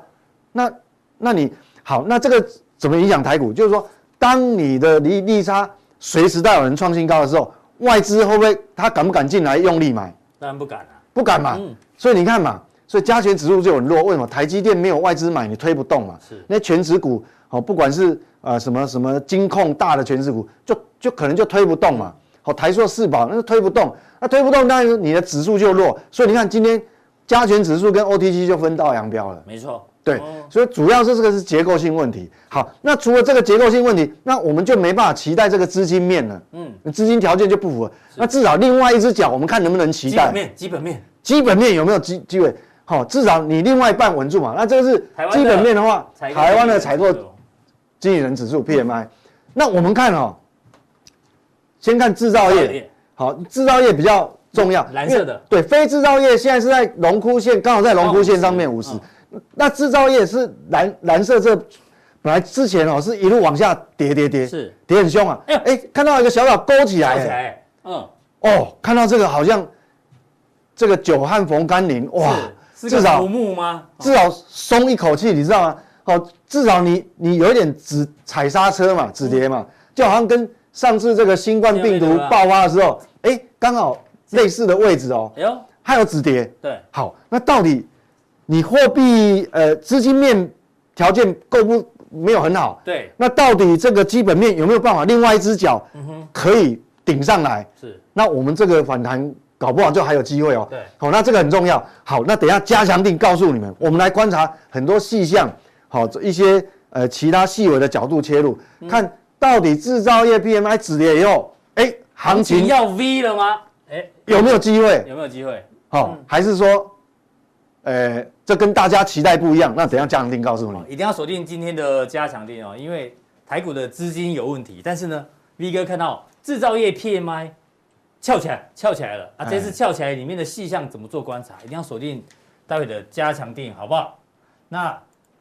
[SPEAKER 3] 那那你好，那这个怎么影响台股？就是说，当你的利利差随时都有人创新高的时候，外资会不会他敢不敢进来用力买？
[SPEAKER 1] 当然不敢了。
[SPEAKER 3] 不敢嘛。
[SPEAKER 1] 嗯
[SPEAKER 3] 所以你看嘛，所以加权指数就很弱。为什么？台积电没有外资买，你推不动嘛。
[SPEAKER 1] 是
[SPEAKER 3] 那全指股哦，不管是呃什么什么金控大的全指股，就就可能就推不动
[SPEAKER 1] 嗯
[SPEAKER 3] 嘛。好、台塑、四宝那就推不动，那推不动，当然你的指数就弱。所以你看今天加权指数跟 OTC 就分道扬镳了。
[SPEAKER 1] 没错，
[SPEAKER 3] 对
[SPEAKER 1] 哦，
[SPEAKER 3] 所以主要是这个是结构性问题。好，那除了这个结构性问题，那我们就没办法期待这个资金面了。
[SPEAKER 1] 嗯，
[SPEAKER 3] 资金条件就不符合。那至少另外一只脚，我们看能不能期
[SPEAKER 1] 基
[SPEAKER 3] 待
[SPEAKER 1] 本。面，基本面，
[SPEAKER 3] 基本面有没有机机会？好、至少你另外一半稳住嘛。那这个是
[SPEAKER 1] 台湾的
[SPEAKER 3] 基本面的话，
[SPEAKER 1] 采购
[SPEAKER 3] 台湾的采购
[SPEAKER 1] 基本面
[SPEAKER 3] 经理人指数 PMI。那我们看哦，先看制造
[SPEAKER 1] 制造业嗯
[SPEAKER 3] 业，好，制造业比较重要，
[SPEAKER 1] 蓝色的
[SPEAKER 3] 因为对，非制造业现在是在龙枯线，刚好在龙枯线上面
[SPEAKER 1] 哦
[SPEAKER 3] 五
[SPEAKER 1] 五
[SPEAKER 3] 十
[SPEAKER 1] 十、
[SPEAKER 3] 那制造业是蓝蓝色这，本来之前哦是一路往下跌跌跌，
[SPEAKER 1] 是
[SPEAKER 3] 跌很凶啊。
[SPEAKER 1] 哎
[SPEAKER 3] 哎、
[SPEAKER 1] 呦
[SPEAKER 3] 看到一个小岛勾起来
[SPEAKER 1] 看
[SPEAKER 3] 了，
[SPEAKER 1] 起来，嗯，
[SPEAKER 3] 哦，看到这个好像这个久旱逢甘霖，哇，
[SPEAKER 1] 是是
[SPEAKER 3] 至
[SPEAKER 1] 个
[SPEAKER 3] 少
[SPEAKER 1] 浮木吗？
[SPEAKER 3] 至少松一口气，你知道吗？哦，至少你你有一点止踩刹车嘛，止跌
[SPEAKER 1] 嗯
[SPEAKER 3] 嘛，就好像跟上次这个新冠病
[SPEAKER 1] 新冠病
[SPEAKER 3] 毒
[SPEAKER 1] 毒啊
[SPEAKER 3] 爆发的时候，哎，刚好类似的位置哦，
[SPEAKER 1] 哎呦，
[SPEAKER 3] 还有止跌。
[SPEAKER 1] 对，
[SPEAKER 3] 好，那到底你货币呃资金面条件够不没有很好？
[SPEAKER 1] 对，
[SPEAKER 3] 那到底这个基本面有没有办法另外一只脚
[SPEAKER 1] 嗯
[SPEAKER 3] 可以顶上来？
[SPEAKER 1] 是
[SPEAKER 3] 那我们这个反弹搞不好就还有机会哦。
[SPEAKER 1] 对
[SPEAKER 3] 好、那这个很重要。好，那等一下加强定告诉你们，我们来观察很多细项，好、一些呃其他细微的角度切入，
[SPEAKER 1] 嗯
[SPEAKER 3] 看到底制造业 PMI 止跌以后，哎、行
[SPEAKER 1] 行情
[SPEAKER 3] 情
[SPEAKER 1] 要 V 了吗？哎，
[SPEAKER 3] 有没有机会？
[SPEAKER 1] 有没有机会？
[SPEAKER 3] 好、还是说呃，这跟大家期待不一样。那怎样降定？告诉你
[SPEAKER 1] 哦，一定要锁定今天的加强定哦，因为台股的资金有问题，但是呢，V 哥看到制造业 PMI 翘起来，翘起来了啊！这次翘起来里面的细项怎么做观察？一定要锁定待会的加强定，好不好？那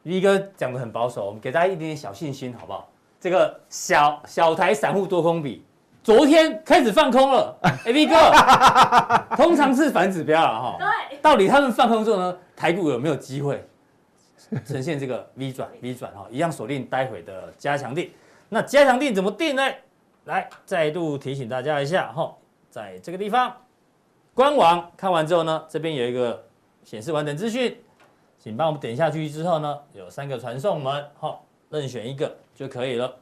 [SPEAKER 1] V 哥讲的很保守，我们给大家一点点小信心，好不好？这个小小台散户多空比，昨天开始放空了。哎，V 哥，通常是反指标了啊哈。
[SPEAKER 2] 对，
[SPEAKER 1] 到底他们放空之后呢，台股有没有机会呈现这个 V 转 V 转哈？一样锁定待会的加强定。那加强定怎么定呢？来，再度提醒大家一下哈，在这个地方官网看完之后呢，这边有一个显示完整资讯，请帮我们点下去之后呢，有三个传送门哈，任选一个就可以了。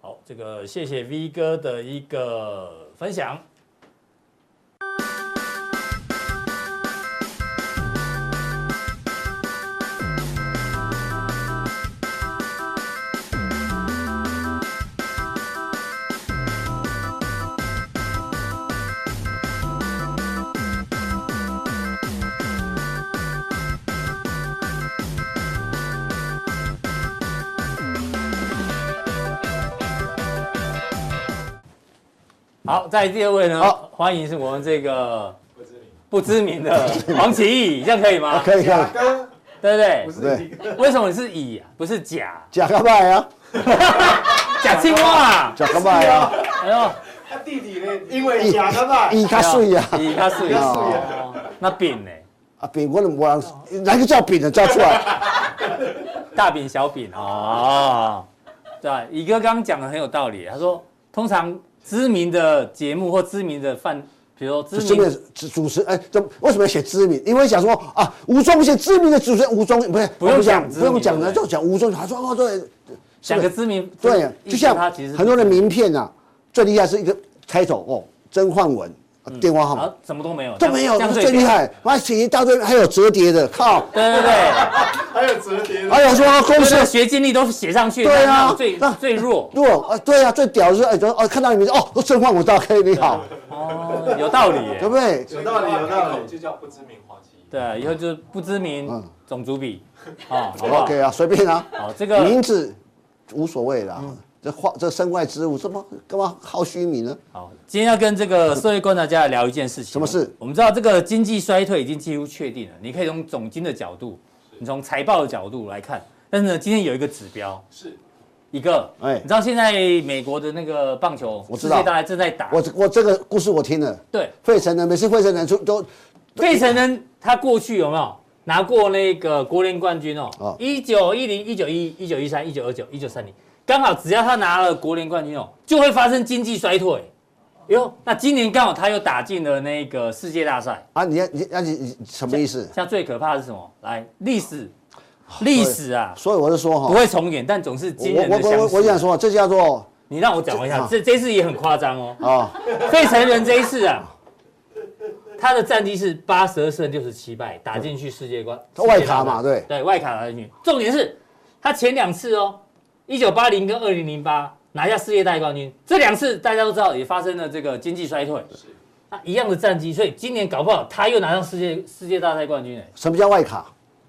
[SPEAKER 1] 好，这个谢谢 V 哥的一个分享。好，在第二位呢，
[SPEAKER 3] 好
[SPEAKER 1] 欢迎是我们这个
[SPEAKER 6] 不知名，
[SPEAKER 1] 不知名的黄奇义，这样可以吗？
[SPEAKER 4] 啊
[SPEAKER 3] 可以看
[SPEAKER 6] 刚
[SPEAKER 1] 对
[SPEAKER 6] 不
[SPEAKER 1] 不
[SPEAKER 6] 是
[SPEAKER 3] 对
[SPEAKER 6] 一个
[SPEAKER 1] 对？为什么你是乙啊、不是甲？
[SPEAKER 3] 假个拜啊，
[SPEAKER 1] 假青蛙啊！
[SPEAKER 3] 假个拜啊，
[SPEAKER 1] 哎呦，
[SPEAKER 6] 他弟弟呢？
[SPEAKER 5] 因为假的嘛，
[SPEAKER 3] 伊较水啊，
[SPEAKER 1] 乙他是乙
[SPEAKER 3] 甲水
[SPEAKER 1] 哦，那丙呢？
[SPEAKER 3] 啊饼我都无人，哪个叫
[SPEAKER 1] 哦
[SPEAKER 3] 饼的叫出来？
[SPEAKER 1] 大丙小丙哦。对啊，乙哥刚刚讲的很有道理，他说通常知名的节目或知名的饭，比如说 [LAUGHS] 知
[SPEAKER 4] 知名
[SPEAKER 1] 名
[SPEAKER 4] 的主主持人，哎，这为什么要写知名？因为想说啊，吴宗宪知名的主持人，吴宗不是
[SPEAKER 1] 不用
[SPEAKER 4] 我们
[SPEAKER 1] 讲知
[SPEAKER 4] 不
[SPEAKER 1] 名
[SPEAKER 4] 用讲
[SPEAKER 1] 对
[SPEAKER 4] 了，
[SPEAKER 1] 不对
[SPEAKER 4] 就讲吴宗宪。他说哦，对
[SPEAKER 1] 讲个知名，
[SPEAKER 4] 对，啊就像
[SPEAKER 1] 他其实
[SPEAKER 4] 很多的名片啊，最厉害是一个开头哦，曾焕文啊电话号
[SPEAKER 1] 嗯
[SPEAKER 4] 码
[SPEAKER 1] 好什么都没有，
[SPEAKER 4] 都没有，
[SPEAKER 1] 这样
[SPEAKER 4] 最厉。害。妈，写一大堆，还有折叠的，靠！
[SPEAKER 1] 对对对。
[SPEAKER 6] 还有折叠的，
[SPEAKER 4] 还有说哦公
[SPEAKER 1] 就
[SPEAKER 4] 司
[SPEAKER 1] 是学经历都写上去，
[SPEAKER 4] 对啊
[SPEAKER 1] 那我最
[SPEAKER 4] 那
[SPEAKER 1] 最弱
[SPEAKER 4] 如果啊，对啊，最屌的是哎，哦，看到你名字哦，曾焕文大 K 你好，
[SPEAKER 1] 哦，有道理
[SPEAKER 4] 对
[SPEAKER 1] 耶。
[SPEAKER 4] 不对？
[SPEAKER 5] 有道理有道理
[SPEAKER 6] 就叫不知名黄奇一。
[SPEAKER 1] 对，以后就是不知名
[SPEAKER 4] 嗯
[SPEAKER 1] 种族比啊，好不好？
[SPEAKER 4] OK 啊，随便啊，
[SPEAKER 1] 好，这个
[SPEAKER 4] 名字无所谓啦。
[SPEAKER 1] 嗯
[SPEAKER 4] 这画这身外之物，怎么干嘛好虚名啊呢？
[SPEAKER 1] 好，今天要跟这个社会观察家来聊一件事情。
[SPEAKER 4] 什么事？
[SPEAKER 1] 我们知道这个经济衰退已经几乎确定了，你可以从总经的角度，你从财报的角度来看。但是呢，今天有一个指标，
[SPEAKER 6] 是
[SPEAKER 1] 一个，
[SPEAKER 4] 哎
[SPEAKER 1] 你知道现在美国的那个棒球
[SPEAKER 4] 我
[SPEAKER 1] 世
[SPEAKER 4] 知道
[SPEAKER 1] 界大赛正在打，
[SPEAKER 4] 我我这个故事我听了，
[SPEAKER 1] 对，
[SPEAKER 4] 费城人每次费城人出都
[SPEAKER 1] 费城人他过去有没有拿过那个国联冠军哦
[SPEAKER 4] 哦？
[SPEAKER 1] 一九一零、一九一、一九一三、一九二九、一九三零，刚好只要他拿了国联冠军哦，就会发生经济衰退。哟，那今年刚好他又打进了那个世界大赛，
[SPEAKER 4] 啊，你你那你你什么意思？
[SPEAKER 1] 像最可怕的是什么？来，历史，
[SPEAKER 4] 哦
[SPEAKER 1] 历史啊，
[SPEAKER 4] 所以我就说
[SPEAKER 1] 不
[SPEAKER 4] 哈，
[SPEAKER 1] 会重演，但总是
[SPEAKER 4] 我
[SPEAKER 1] 惊人的
[SPEAKER 4] 我哦我
[SPEAKER 1] 相
[SPEAKER 4] 我
[SPEAKER 1] 似。啊
[SPEAKER 4] 我想，说，这叫做
[SPEAKER 1] 你让我讲一下，这这次也很夸张哦。
[SPEAKER 4] 啊
[SPEAKER 1] 费城人这一次啊，他的战绩是八十二胜六十七败，打进去世界冠
[SPEAKER 4] 他外卡嘛
[SPEAKER 1] 世界大赛
[SPEAKER 4] 对
[SPEAKER 1] 对，外卡打进去。重点是他前两次哦，一九八零跟二零零八拿下世界大赛冠军，这两次大家都知道也发生了这个经济衰退，那一样的战绩，所以今年搞不好他又拿上世界世界大赛冠军哎，
[SPEAKER 4] 什么叫外卡？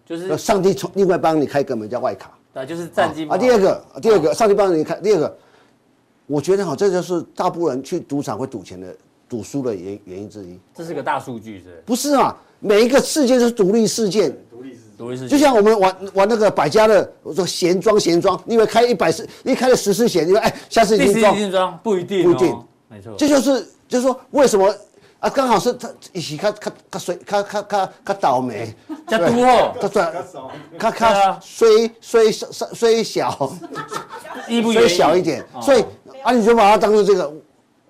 [SPEAKER 1] 就是
[SPEAKER 4] 上帝从另外帮你开个门叫外卡。
[SPEAKER 1] 啊就是战绩不好
[SPEAKER 4] 啊，第二个，啊第二个，上帝帮你看。第二个，我觉得哈，这就是大部分人去赌场会赌钱的、赌输的原原因之一。
[SPEAKER 1] 这是个大数据是
[SPEAKER 4] 不是嘛？每一个事件都是独立事件，
[SPEAKER 5] 独立是
[SPEAKER 1] 不是，
[SPEAKER 4] 就像我们玩玩那个百家乐，我说闲庄闲庄，你以为开一百次，你开了十次闲，你说哎，下次
[SPEAKER 1] 第
[SPEAKER 4] 已
[SPEAKER 1] 十
[SPEAKER 4] 经
[SPEAKER 1] 一
[SPEAKER 4] 庄，
[SPEAKER 1] 进庄不一定、哦，
[SPEAKER 4] 不一定，
[SPEAKER 1] 没错，
[SPEAKER 4] 这就是就是说为什么啊？刚好是他一起看看看谁看看看看倒霉，
[SPEAKER 1] 加都哦，
[SPEAKER 4] 他转
[SPEAKER 5] 少
[SPEAKER 4] 看
[SPEAKER 1] 对
[SPEAKER 4] 看
[SPEAKER 1] 啊
[SPEAKER 4] 虽虽虽小。
[SPEAKER 1] 一不哦
[SPEAKER 4] 所
[SPEAKER 1] 远
[SPEAKER 4] 以小一点，所以啊，你就把它当做这个，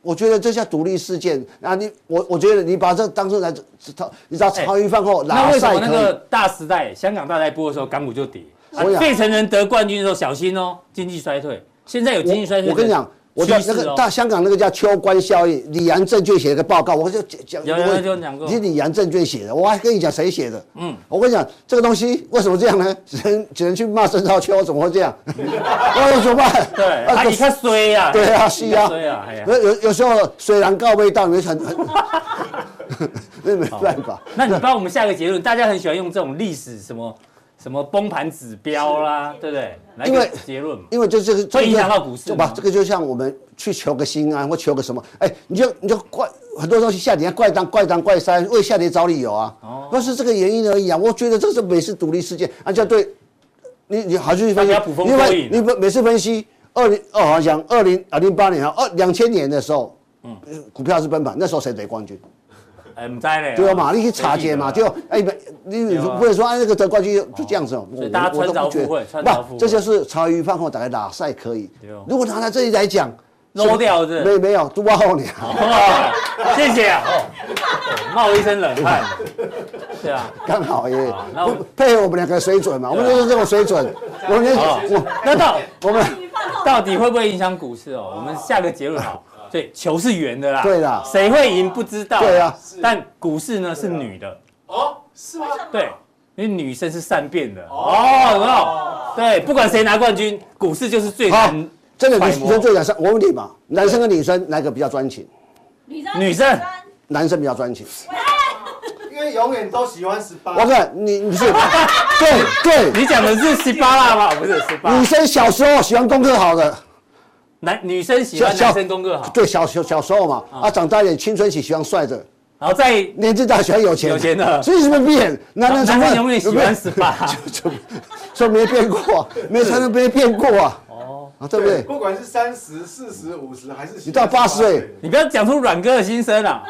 [SPEAKER 4] 我觉得这叫独立事件啊。你我我觉得你把这当做来炒，你知道
[SPEAKER 1] 哎
[SPEAKER 4] 茶余饭后
[SPEAKER 1] 那
[SPEAKER 4] 拉
[SPEAKER 1] 为什
[SPEAKER 4] 赛
[SPEAKER 1] 么那
[SPEAKER 4] 可
[SPEAKER 1] 个
[SPEAKER 4] 以。
[SPEAKER 1] 大时代，香港大赛播的时候，港股就跌？啊
[SPEAKER 4] 我想
[SPEAKER 1] 费城人得冠军的时候，小心哦，经济衰退。现在有经济衰退、
[SPEAKER 4] 我我跟你讲，我在
[SPEAKER 1] 在
[SPEAKER 4] 那个大香港那个叫秋官效应，李阳证券写了个报告，我就讲
[SPEAKER 1] 有有有有讲过
[SPEAKER 4] 你李阳证券写的，我还跟你讲谁写的。
[SPEAKER 1] 嗯
[SPEAKER 4] 嗯，我跟你讲这个东西为什么这样呢？只能只能去骂郑少秋，怎么会这样？ [LAUGHS] 那有怎么办？
[SPEAKER 1] 对，
[SPEAKER 4] 啊
[SPEAKER 1] 啊，
[SPEAKER 4] 可
[SPEAKER 1] 你看衰呀，
[SPEAKER 4] 对啊，
[SPEAKER 1] 你
[SPEAKER 4] 是
[SPEAKER 1] 较
[SPEAKER 4] 啊，
[SPEAKER 1] 衰啊，哎呀，
[SPEAKER 4] 有有有时候虽然告慰到，你很很
[SPEAKER 1] [LAUGHS]
[SPEAKER 4] 那没办法。
[SPEAKER 1] 那你帮我们下一个结论，大家很喜欢用这种历史什么什么崩盘指标啦，对不对？来
[SPEAKER 4] 因
[SPEAKER 1] 个
[SPEAKER 4] 为
[SPEAKER 1] 结论嘛。
[SPEAKER 4] 因为这这个
[SPEAKER 1] 会影响到股市
[SPEAKER 4] 就吧
[SPEAKER 1] 吗？
[SPEAKER 4] 这个就像我们去求个心安或求个什么，哎，你就你就怪很多东西下跌，怪当怪当怪三，为下跌找理由啊。哦，那是这个原因而已啊。我觉得这是美式独立事件，啊，这样对，你你好去分析
[SPEAKER 1] 大家捕，风
[SPEAKER 4] 因
[SPEAKER 1] 捉
[SPEAKER 4] 为
[SPEAKER 1] 影啊
[SPEAKER 4] 你不每次分析二零哦，好像二零啊零八年啊二两千年的时候，嗯，股票是奔盘，那时候谁得冠军？
[SPEAKER 1] 哎，唔知嘞。
[SPEAKER 4] 对啊嘛，你去查节嘛，
[SPEAKER 1] 谁记
[SPEAKER 4] 就
[SPEAKER 1] 得啊
[SPEAKER 4] 哎，没你你
[SPEAKER 1] 对啊
[SPEAKER 4] 不能说哎那个得冠军就这样子哦，
[SPEAKER 1] 所以
[SPEAKER 4] 我
[SPEAKER 1] 大家
[SPEAKER 4] 我都
[SPEAKER 1] 穿凿
[SPEAKER 4] 不觉得
[SPEAKER 1] 附会穿
[SPEAKER 4] 不
[SPEAKER 1] 凿附会
[SPEAKER 4] 这就是茶余饭后打开拉赛可以
[SPEAKER 1] 对哦。
[SPEAKER 4] 如果拿在这里来讲，
[SPEAKER 1] 漏掉是不是
[SPEAKER 4] 没没有，都挖后你啊，
[SPEAKER 1] 哦谢谢啊，哦冒一身冷汗。对啊，啊
[SPEAKER 4] [LAUGHS] 刚好也
[SPEAKER 1] 好那我
[SPEAKER 4] 不配合我们两个水准嘛，我们就是这种水准，我们
[SPEAKER 1] 好
[SPEAKER 4] 我
[SPEAKER 1] 那到
[SPEAKER 4] 我们
[SPEAKER 2] 你饭后
[SPEAKER 1] 到底会不会影响股市哦？我们下个结论好，对，球是圆的啦，
[SPEAKER 4] 对啦
[SPEAKER 1] 谁会赢不知道，
[SPEAKER 4] 对啊，
[SPEAKER 1] 但股市呢是女的，
[SPEAKER 6] 哦，是吗？
[SPEAKER 1] 对，因为女生是善变的，哦，有没有？对，不管谁拿冠军，股市就是最
[SPEAKER 4] 好
[SPEAKER 1] 难，
[SPEAKER 4] 真的
[SPEAKER 1] 揣
[SPEAKER 4] 女
[SPEAKER 1] 摩
[SPEAKER 4] 生最讲上，我问你嘛，男生跟女生哪个比较专情？
[SPEAKER 2] 女生
[SPEAKER 1] 女生
[SPEAKER 4] 男生比较专情。
[SPEAKER 5] 因为永远都喜欢十八。
[SPEAKER 4] 我看你你
[SPEAKER 1] [LAUGHS]
[SPEAKER 4] 是对对，
[SPEAKER 1] 你讲的是十八啦吧？不是十八，
[SPEAKER 4] 女生小时候喜欢功课好的，
[SPEAKER 1] 男女生喜欢
[SPEAKER 4] 小
[SPEAKER 1] 男生功课好，
[SPEAKER 4] 对小小小时候嘛，啊长大一点青春期喜欢帅的。
[SPEAKER 1] 然后再
[SPEAKER 4] 年纪大喜欢有钱，
[SPEAKER 1] 有钱的
[SPEAKER 4] 所以什么变？男
[SPEAKER 1] 男
[SPEAKER 4] 人
[SPEAKER 1] 生
[SPEAKER 4] 从
[SPEAKER 1] 永远喜欢十八，
[SPEAKER 4] 说没变过啊，没才能没变过啊，哦，对不对？
[SPEAKER 6] 不管是三十、四十、五十，还是
[SPEAKER 4] 你到八十岁，
[SPEAKER 1] 你不要讲出阮哥的心声啊，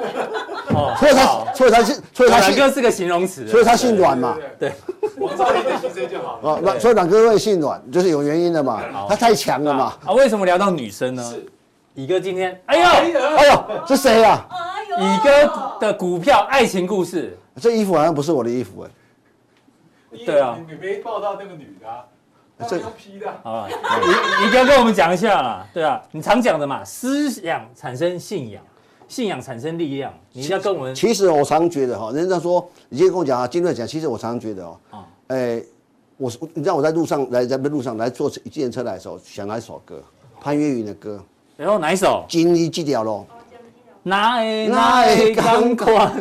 [SPEAKER 1] 哦，
[SPEAKER 4] 所以
[SPEAKER 1] 好
[SPEAKER 4] 他，所以他姓，所以他
[SPEAKER 1] 阮
[SPEAKER 4] 姓，
[SPEAKER 1] 哥是个形容词，
[SPEAKER 4] 所以他姓阮嘛，
[SPEAKER 6] 对，
[SPEAKER 1] 对，
[SPEAKER 6] 王兆林的牺牲就好了。
[SPEAKER 4] 啊，阮，所以阮哥会姓阮，就是有原因的嘛，他太强了嘛
[SPEAKER 1] 啊。啊，为什么聊到女生呢？
[SPEAKER 6] 是，
[SPEAKER 1] 乙哥今天，哎呦，
[SPEAKER 4] 哎呦，这谁啊？
[SPEAKER 2] 哎呦，
[SPEAKER 1] 乙哥的股票爱情故事，
[SPEAKER 4] 这衣服好像不是我的衣服哎，
[SPEAKER 6] 你
[SPEAKER 1] 对啊
[SPEAKER 6] 你你没报到那个女的啊，那
[SPEAKER 4] 这
[SPEAKER 6] 个批的啊，
[SPEAKER 1] 好了，乙乙哥跟我们讲一下啦，对啊，你常讲的嘛，思想产生信仰，信仰产生力量，你一定要跟我们
[SPEAKER 4] 其实我常觉得哈，人家说，你今天跟我讲啊，今天讲，其实我常觉得哦
[SPEAKER 1] 啊，
[SPEAKER 4] 哎，我是你知道我在路上来，在路上来坐一电车来的时候，想来一首歌，潘越云的歌，
[SPEAKER 1] 然哎后哪一首？
[SPEAKER 4] 《金衣记哦掉喽》。
[SPEAKER 1] 哪一哪一钢管？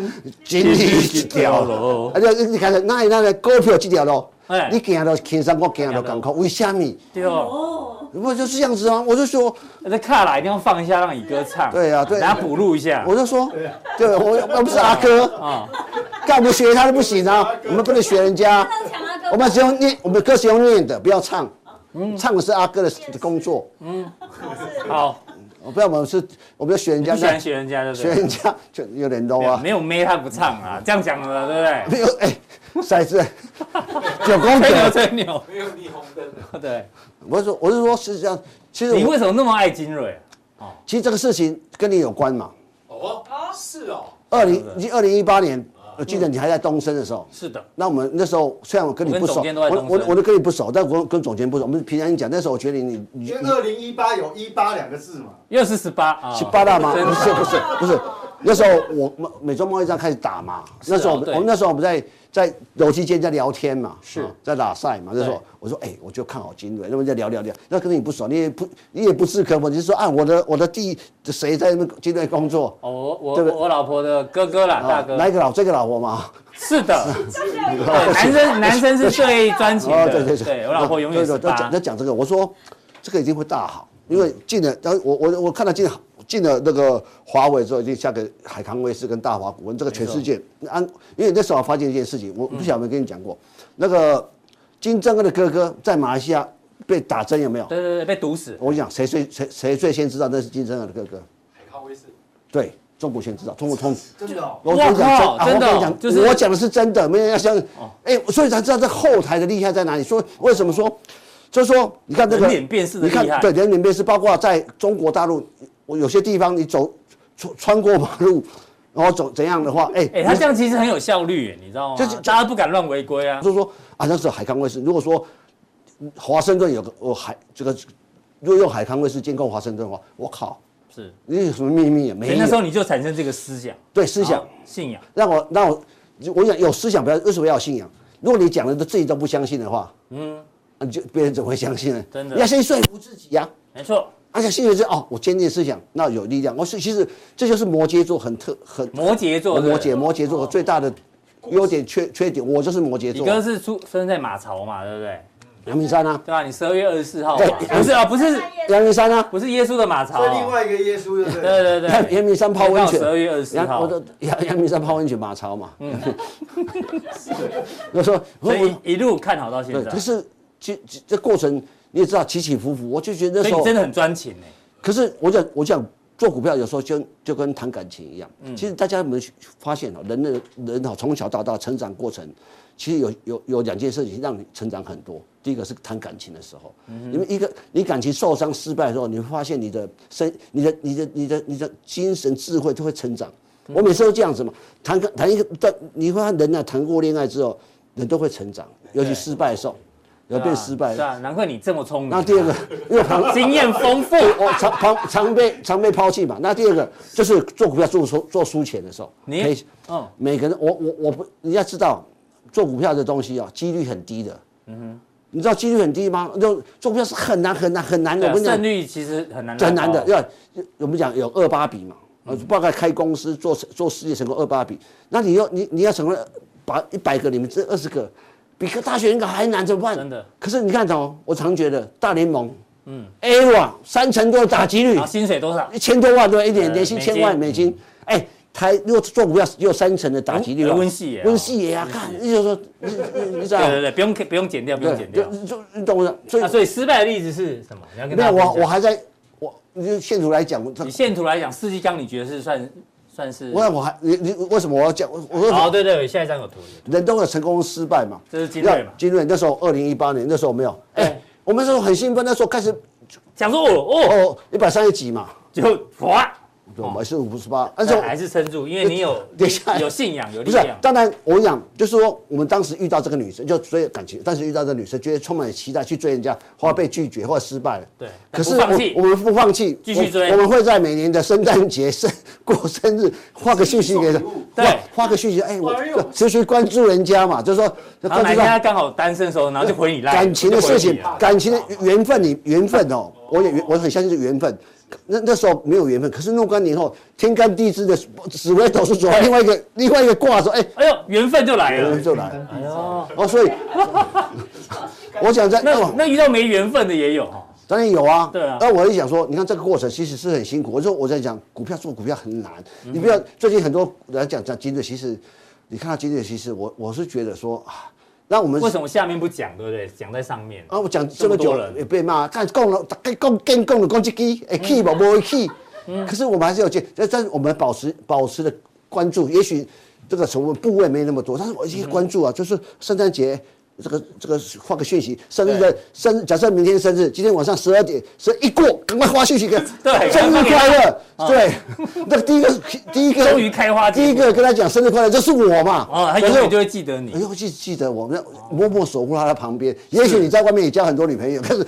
[SPEAKER 4] 真理一条路，啊！你你看到那那个股票这条路
[SPEAKER 1] 哎，
[SPEAKER 4] 你行到轻松，我行到艰苦，为什么？
[SPEAKER 1] 对哦，
[SPEAKER 2] 哦，
[SPEAKER 4] 不就是这样子啊？我就说，
[SPEAKER 1] 这卡啦一定要放一下，让乙哥唱。
[SPEAKER 4] 对啊对
[SPEAKER 1] 大家补录一下。
[SPEAKER 4] 我就说，对，啊我又不是阿 [LAUGHS] 哥，
[SPEAKER 1] 啊，
[SPEAKER 4] 干不学他都不行啊！我们不能学人家，
[SPEAKER 2] 那强阿哥，
[SPEAKER 4] 我们只用念，我们歌是用念的，不要唱。唱的是阿哥的的工作，
[SPEAKER 1] 好，
[SPEAKER 4] 我不要我们是，我们要学人
[SPEAKER 1] 不
[SPEAKER 4] 家，
[SPEAKER 1] 喜欢学人家，对不
[SPEAKER 4] 学
[SPEAKER 1] 对？
[SPEAKER 4] 人家就有点 low 啊
[SPEAKER 1] 没。有妹他不唱啊，这样讲的，对不对？
[SPEAKER 4] 没有 [LAUGHS] 哎，骰子九宫
[SPEAKER 1] 吹牛
[SPEAKER 4] 格，
[SPEAKER 1] 吹牛，
[SPEAKER 6] 没有霓虹灯的，
[SPEAKER 1] 对。
[SPEAKER 4] 我是说我是说是这样，其实
[SPEAKER 1] 你
[SPEAKER 4] 我
[SPEAKER 1] 为什么那么爱金瑞？啊
[SPEAKER 4] 其实这个事情跟你有关嘛。
[SPEAKER 6] 哦，是哦，
[SPEAKER 4] 二零你二零一八年，
[SPEAKER 1] 啊
[SPEAKER 4] 我记得你还在东升的时候。
[SPEAKER 1] 是的，
[SPEAKER 4] 那我们那时候虽然我跟你不
[SPEAKER 1] 我跟
[SPEAKER 4] 熟，
[SPEAKER 1] 总监都在东
[SPEAKER 4] 我
[SPEAKER 1] 森
[SPEAKER 4] 我我都跟你不熟，但我跟总监不熟。我们平常讲，那时候我觉得你你
[SPEAKER 5] 因为
[SPEAKER 4] 你
[SPEAKER 5] 二零一八有一八两个字嘛，
[SPEAKER 1] 又是十八啊，
[SPEAKER 4] 十八大吗？
[SPEAKER 1] 真
[SPEAKER 4] 不
[SPEAKER 1] 的
[SPEAKER 4] 是不是不是，那时候我美妆贸易战开始打嘛，那时候我们
[SPEAKER 1] 啊对
[SPEAKER 4] 我们那时候我们在在楼梯间在聊天嘛，
[SPEAKER 1] 是
[SPEAKER 4] 啊在打赛嘛。那时
[SPEAKER 1] 对
[SPEAKER 4] 候我说哎，我就看好金瑞，那么在聊聊聊，那跟你不熟，你也不你也不置可否，你就说啊我的我的弟谁在那边金瑞工作？
[SPEAKER 1] 哦，我我
[SPEAKER 4] 对不对哦
[SPEAKER 1] 我老婆的哥哥啦，啊大
[SPEAKER 4] 哪
[SPEAKER 1] 哥，
[SPEAKER 4] 一个老这个老婆嘛？
[SPEAKER 1] 是的，
[SPEAKER 4] [LAUGHS]
[SPEAKER 2] [LAUGHS] 哦就是要有
[SPEAKER 1] 对男生男生是最专情
[SPEAKER 4] 哦，
[SPEAKER 1] 的，
[SPEAKER 4] 对对哦
[SPEAKER 1] 对，我老婆永远
[SPEAKER 4] 对
[SPEAKER 1] 十
[SPEAKER 4] 对他
[SPEAKER 1] 八
[SPEAKER 4] 讲他，讲这个，我说这个一定会大好，因为进了，然后我我我看到进进了那个华为之后，已经下给海康威视跟大华股份，这个全世界安，因为那时候我发现一件事情，我不晓得有没有跟你讲过，那个金正恩的哥哥在马来西亚被打针有没有？
[SPEAKER 1] 对对对，被毒死，
[SPEAKER 4] 我跟你讲，谁最谁谁最先知道那是金正恩的哥哥？
[SPEAKER 6] 海康威视，
[SPEAKER 4] 对。中国先知道，中国通
[SPEAKER 5] 真的哦。
[SPEAKER 4] 我跟你
[SPEAKER 1] 哇
[SPEAKER 4] 讲，
[SPEAKER 1] 靠
[SPEAKER 4] 啊
[SPEAKER 1] 真的
[SPEAKER 4] 我跟
[SPEAKER 1] 哦
[SPEAKER 4] 你讲，
[SPEAKER 1] 就是
[SPEAKER 4] 我讲的是真的，没人要相信。哎、所以才知道这后台的厉害在哪里。所以为什么说，就是说，你看这个
[SPEAKER 1] 人脸辨识的
[SPEAKER 4] 你看
[SPEAKER 1] 厉害
[SPEAKER 4] 对人脸辨识，包括在中国大陆，我有些地方你走穿穿过马路，然后走怎样的话，哎、
[SPEAKER 1] 哎，他这样其实很有效率，你知道吗
[SPEAKER 4] 就是？
[SPEAKER 1] 大家不敢乱违规啊，
[SPEAKER 4] 就是说啊，那时候海康威视，如果说嗯华盛顿有个我海这个，如果用海康威视监控华盛顿的话，我靠，
[SPEAKER 1] 是，
[SPEAKER 4] 你有什么秘密也
[SPEAKER 1] 所以
[SPEAKER 4] 没
[SPEAKER 1] 哎那时候
[SPEAKER 4] 有？
[SPEAKER 1] 你就产生这个思想，
[SPEAKER 4] 对，思想
[SPEAKER 1] 好。信仰，
[SPEAKER 4] 让我让我，我想有思想不要，为什么要有信仰？如果你讲的都自己都不相信的话，嗯，你就别人怎么会相信呢？
[SPEAKER 1] 真的
[SPEAKER 4] 你要先说服自己呀、啊
[SPEAKER 1] 没错，
[SPEAKER 4] 而且心里是哦，我坚定的思想，那有力量。我是其实这就是摩羯座很特很
[SPEAKER 1] 摩羯座，对
[SPEAKER 4] 摩
[SPEAKER 1] 不对
[SPEAKER 4] 羯摩羯座最大的优点缺缺点，我就是摩羯
[SPEAKER 1] 你
[SPEAKER 4] 座。
[SPEAKER 1] 哥是出生在马槽嘛，对不对？
[SPEAKER 4] 阳明山啊，
[SPEAKER 1] 对吧？你十二月二十四号嘛，
[SPEAKER 4] 对
[SPEAKER 1] 不是啊，不是
[SPEAKER 4] 阳明山啊，
[SPEAKER 1] 不是耶稣的马槽
[SPEAKER 5] 所以另
[SPEAKER 1] 哦，
[SPEAKER 5] 外一个耶稣就是
[SPEAKER 1] 对对
[SPEAKER 4] 阳
[SPEAKER 1] 对，
[SPEAKER 4] 阳明山泡温泉
[SPEAKER 1] 十。二月二十四
[SPEAKER 4] 阳
[SPEAKER 1] 号
[SPEAKER 4] 我，的阳阳明山泡温泉马超嘛，嗯， [LAUGHS] 我说
[SPEAKER 1] 所
[SPEAKER 4] 我
[SPEAKER 1] 以一路看好到现
[SPEAKER 4] 对，
[SPEAKER 1] 在，
[SPEAKER 4] 可
[SPEAKER 1] 所
[SPEAKER 4] 是这这这过程你也知道起起伏伏，我就觉得
[SPEAKER 1] 以
[SPEAKER 4] 那时候
[SPEAKER 1] 你真的很专情哎。
[SPEAKER 4] 可是我讲，我讲做股票有时候就就跟谈感情一样。其实大家有没有发现哦，人的人哈，从小到大成长过程，其实有有有两件事情让你成长很多。第一个是谈感情的时候，因为一个你感情受伤失败的时候，你会发现你的身、你的、你的、你的、你的精神智慧都会成长。我每次都这样子嘛，谈个谈一个，但你会看人呢、啊，谈过恋爱之后，人都会成长，尤其失败的时候，有
[SPEAKER 1] 对
[SPEAKER 4] 变
[SPEAKER 1] 啊
[SPEAKER 4] 失败
[SPEAKER 1] 对。啊，难怪你这么聪明。
[SPEAKER 4] 那第二个，因为旁
[SPEAKER 1] [LAUGHS] 经验丰富，
[SPEAKER 4] [LAUGHS] 我常常常被常被抛弃嘛。那第二个就是做股票做输做输钱的时候，
[SPEAKER 1] 你
[SPEAKER 4] 可以
[SPEAKER 1] 嗯，
[SPEAKER 4] 每个人我我我不你要知道，做股票的东西啊、几率很低的。嗯哼，你知道几率很低吗？就做股票是很难很难很难的。
[SPEAKER 1] 对
[SPEAKER 4] 我
[SPEAKER 1] 啊
[SPEAKER 4] 跟你讲
[SPEAKER 1] 胜，率其实很啊嗯难拿到，
[SPEAKER 4] 很难的。要我们讲有二八比嘛，呃，大概开公司做做事业成功二八比，那你要你你要成为把一百个里面这二十个，比个大学应该还难，怎么办？
[SPEAKER 1] 真的。
[SPEAKER 4] 可是你看哦，我常觉得大联盟，嗯，A 啊，三成多的打击率
[SPEAKER 1] 然后，薪水多少？
[SPEAKER 4] 一千多万对吧，一年
[SPEAKER 1] 呃
[SPEAKER 4] 年薪
[SPEAKER 1] 美
[SPEAKER 4] 千万
[SPEAKER 1] 金
[SPEAKER 4] 美金，哎。台如果做股票有三成的打击率啊，
[SPEAKER 1] 呃温系也啊
[SPEAKER 4] 温系也啊，看，就是说，你你你知道
[SPEAKER 1] 对，对对，不用不用减掉，不用减掉。
[SPEAKER 4] 就就你懂我的，所以
[SPEAKER 1] 那所以失败的例子是什么？你要跟
[SPEAKER 4] 没
[SPEAKER 1] 大家
[SPEAKER 4] 有我
[SPEAKER 1] 分享
[SPEAKER 4] 我还在我你就线图来讲，我这
[SPEAKER 1] 以线图来讲，世纪钢你觉得是算算是？
[SPEAKER 4] 我我还你你为什么我要讲？我我
[SPEAKER 1] 哦，
[SPEAKER 4] 说
[SPEAKER 1] 对对，下一张有图，
[SPEAKER 4] 人都有成功失败嘛。
[SPEAKER 1] 这是精锐嘛？
[SPEAKER 4] 金瑞那时候二零一八年那时候没有，
[SPEAKER 1] 对
[SPEAKER 4] 哎，我们那时候很兴奋，那时候开始
[SPEAKER 1] 讲说哦哦，
[SPEAKER 4] 哦一百三十几嘛，
[SPEAKER 1] 就哇，
[SPEAKER 4] 对，我们是五十八，
[SPEAKER 1] 但
[SPEAKER 4] 但是
[SPEAKER 1] 是
[SPEAKER 4] 我
[SPEAKER 1] 哦还是撑住，因为你有
[SPEAKER 4] [LAUGHS] 等一下
[SPEAKER 1] 有信仰，有
[SPEAKER 4] 不
[SPEAKER 1] 力
[SPEAKER 4] 是啊
[SPEAKER 1] 量，。
[SPEAKER 4] 当然我讲就是说我们当时遇到这个女生就所以感情，但是遇到这个女生觉得充满期待去追人家，后来被拒绝或者失败了。
[SPEAKER 1] 对
[SPEAKER 4] 可是
[SPEAKER 1] 不放弃
[SPEAKER 4] 我我们不放弃，
[SPEAKER 1] 继续追
[SPEAKER 4] 我。我们会在每年的圣诞节、 [LAUGHS] 生过生日发个讯息给她
[SPEAKER 6] 送礼物，
[SPEAKER 1] 对
[SPEAKER 4] 哇发个讯息，哎，我
[SPEAKER 6] 哎呦
[SPEAKER 4] 持续关注人家嘛，就是说
[SPEAKER 1] 然后
[SPEAKER 4] 关
[SPEAKER 1] 哪
[SPEAKER 4] 注
[SPEAKER 1] 一天
[SPEAKER 4] 到
[SPEAKER 1] 他刚好单身的时候，然后就回你来
[SPEAKER 4] 感情的事情，
[SPEAKER 1] 对
[SPEAKER 4] 感情的缘分，你缘分哦，我也我很相信是缘分。那那时候没有缘分，可是若干年后，天干地支的紫微斗数左另外一个另外一个卦说，哎、
[SPEAKER 1] 哎呦，缘分就来
[SPEAKER 4] 有
[SPEAKER 1] 了
[SPEAKER 4] 人。就来。
[SPEAKER 1] 哎呦，
[SPEAKER 4] 哦，所以 [LAUGHS] 我想在
[SPEAKER 1] 那
[SPEAKER 4] 哦
[SPEAKER 1] 那遇到没缘分的也有哦。
[SPEAKER 4] 当然有啊，
[SPEAKER 1] 对啊
[SPEAKER 4] 但我也想说，你看这个过程其实是很辛苦。我说我在讲股票做股票很难，
[SPEAKER 1] 嗯
[SPEAKER 4] 你不要最近很多人讲讲金瑞，其实你看到金瑞，其实我我是觉得说啊，那我们
[SPEAKER 1] 为什么下面不讲，对不对？讲在上面。
[SPEAKER 4] 啊，我讲这么
[SPEAKER 1] 这么
[SPEAKER 4] 久
[SPEAKER 1] 多
[SPEAKER 4] 了
[SPEAKER 1] 人
[SPEAKER 4] 也被骂，干讲了，大概讲跟讲了讲这句，哎气
[SPEAKER 1] 嗯
[SPEAKER 4] 嘛，不会气。可是我们还是有见，但但是我们保持保持的关注，也许这个什么部位没那么多，但是我一些关注
[SPEAKER 1] 嗯
[SPEAKER 4] 啊，就是圣诞节。这个这个发个讯息，生日的生日，假设明天生日，今天晚上十二点，十一过，赶快发讯息给，
[SPEAKER 1] 对
[SPEAKER 4] 生日
[SPEAKER 1] 赶快啊
[SPEAKER 4] 快乐，对， [LAUGHS] 那第一个第一
[SPEAKER 1] [LAUGHS]
[SPEAKER 4] 个
[SPEAKER 1] 终于开花结
[SPEAKER 4] 第一个跟他讲生日快乐，这是我嘛，
[SPEAKER 1] 哦，他
[SPEAKER 4] 可
[SPEAKER 1] 永
[SPEAKER 4] 是我
[SPEAKER 1] 远就会记得你
[SPEAKER 4] 哎。呦，记记得我们默默守护他的旁边。也许你在外面也交很多女朋友，可是，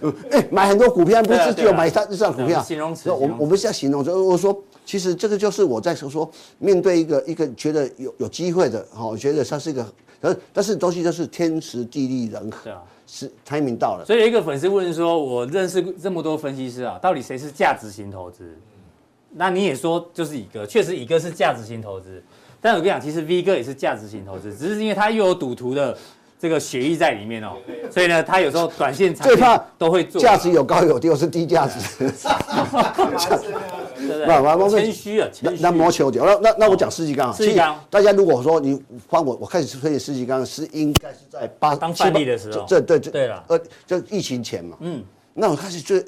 [SPEAKER 4] [LAUGHS] 哎、买很多股票不
[SPEAKER 1] 对啊
[SPEAKER 4] 是只有
[SPEAKER 1] 对啊
[SPEAKER 4] 买上这张股
[SPEAKER 1] 对
[SPEAKER 4] 票
[SPEAKER 1] 啊。形容词
[SPEAKER 4] 那我
[SPEAKER 1] 形容词
[SPEAKER 4] 我们是要形容，就是我说，其实这个就是我在说说，面对一个一个觉得有有机会的，哈、我觉得它是一个，但是但是东西就是天时地利人和，
[SPEAKER 1] 对啊
[SPEAKER 4] 是 timing 到了。
[SPEAKER 1] 所以有一个粉丝问说，我认识这么多分析师啊，到底谁是价值型投资？那你也说就是乙哥，确实乙哥是价值型投资，但我跟你讲，其实 V 哥也是价值型投资，只是因为他又有赌徒的这个血液在里面哦，所以呢，他有时候短线、长
[SPEAKER 4] 最怕
[SPEAKER 1] 线都会做，
[SPEAKER 4] 价值有高有低，我是低价值，
[SPEAKER 1] 对不
[SPEAKER 4] 慢慢慢
[SPEAKER 1] 对？
[SPEAKER 4] 慢
[SPEAKER 1] 谦虚啊，
[SPEAKER 4] 那
[SPEAKER 1] 谦虚
[SPEAKER 4] 那。谋求点。那那那我讲世纪刚啊，
[SPEAKER 1] 哦世纪刚
[SPEAKER 4] 其实大家如果说你翻我，我开始推荐世纪刚是应该是在八
[SPEAKER 1] 当范例的时候
[SPEAKER 4] 这对这
[SPEAKER 1] 对啦
[SPEAKER 4] 呃，就疫情前嘛，嗯，那我开始就，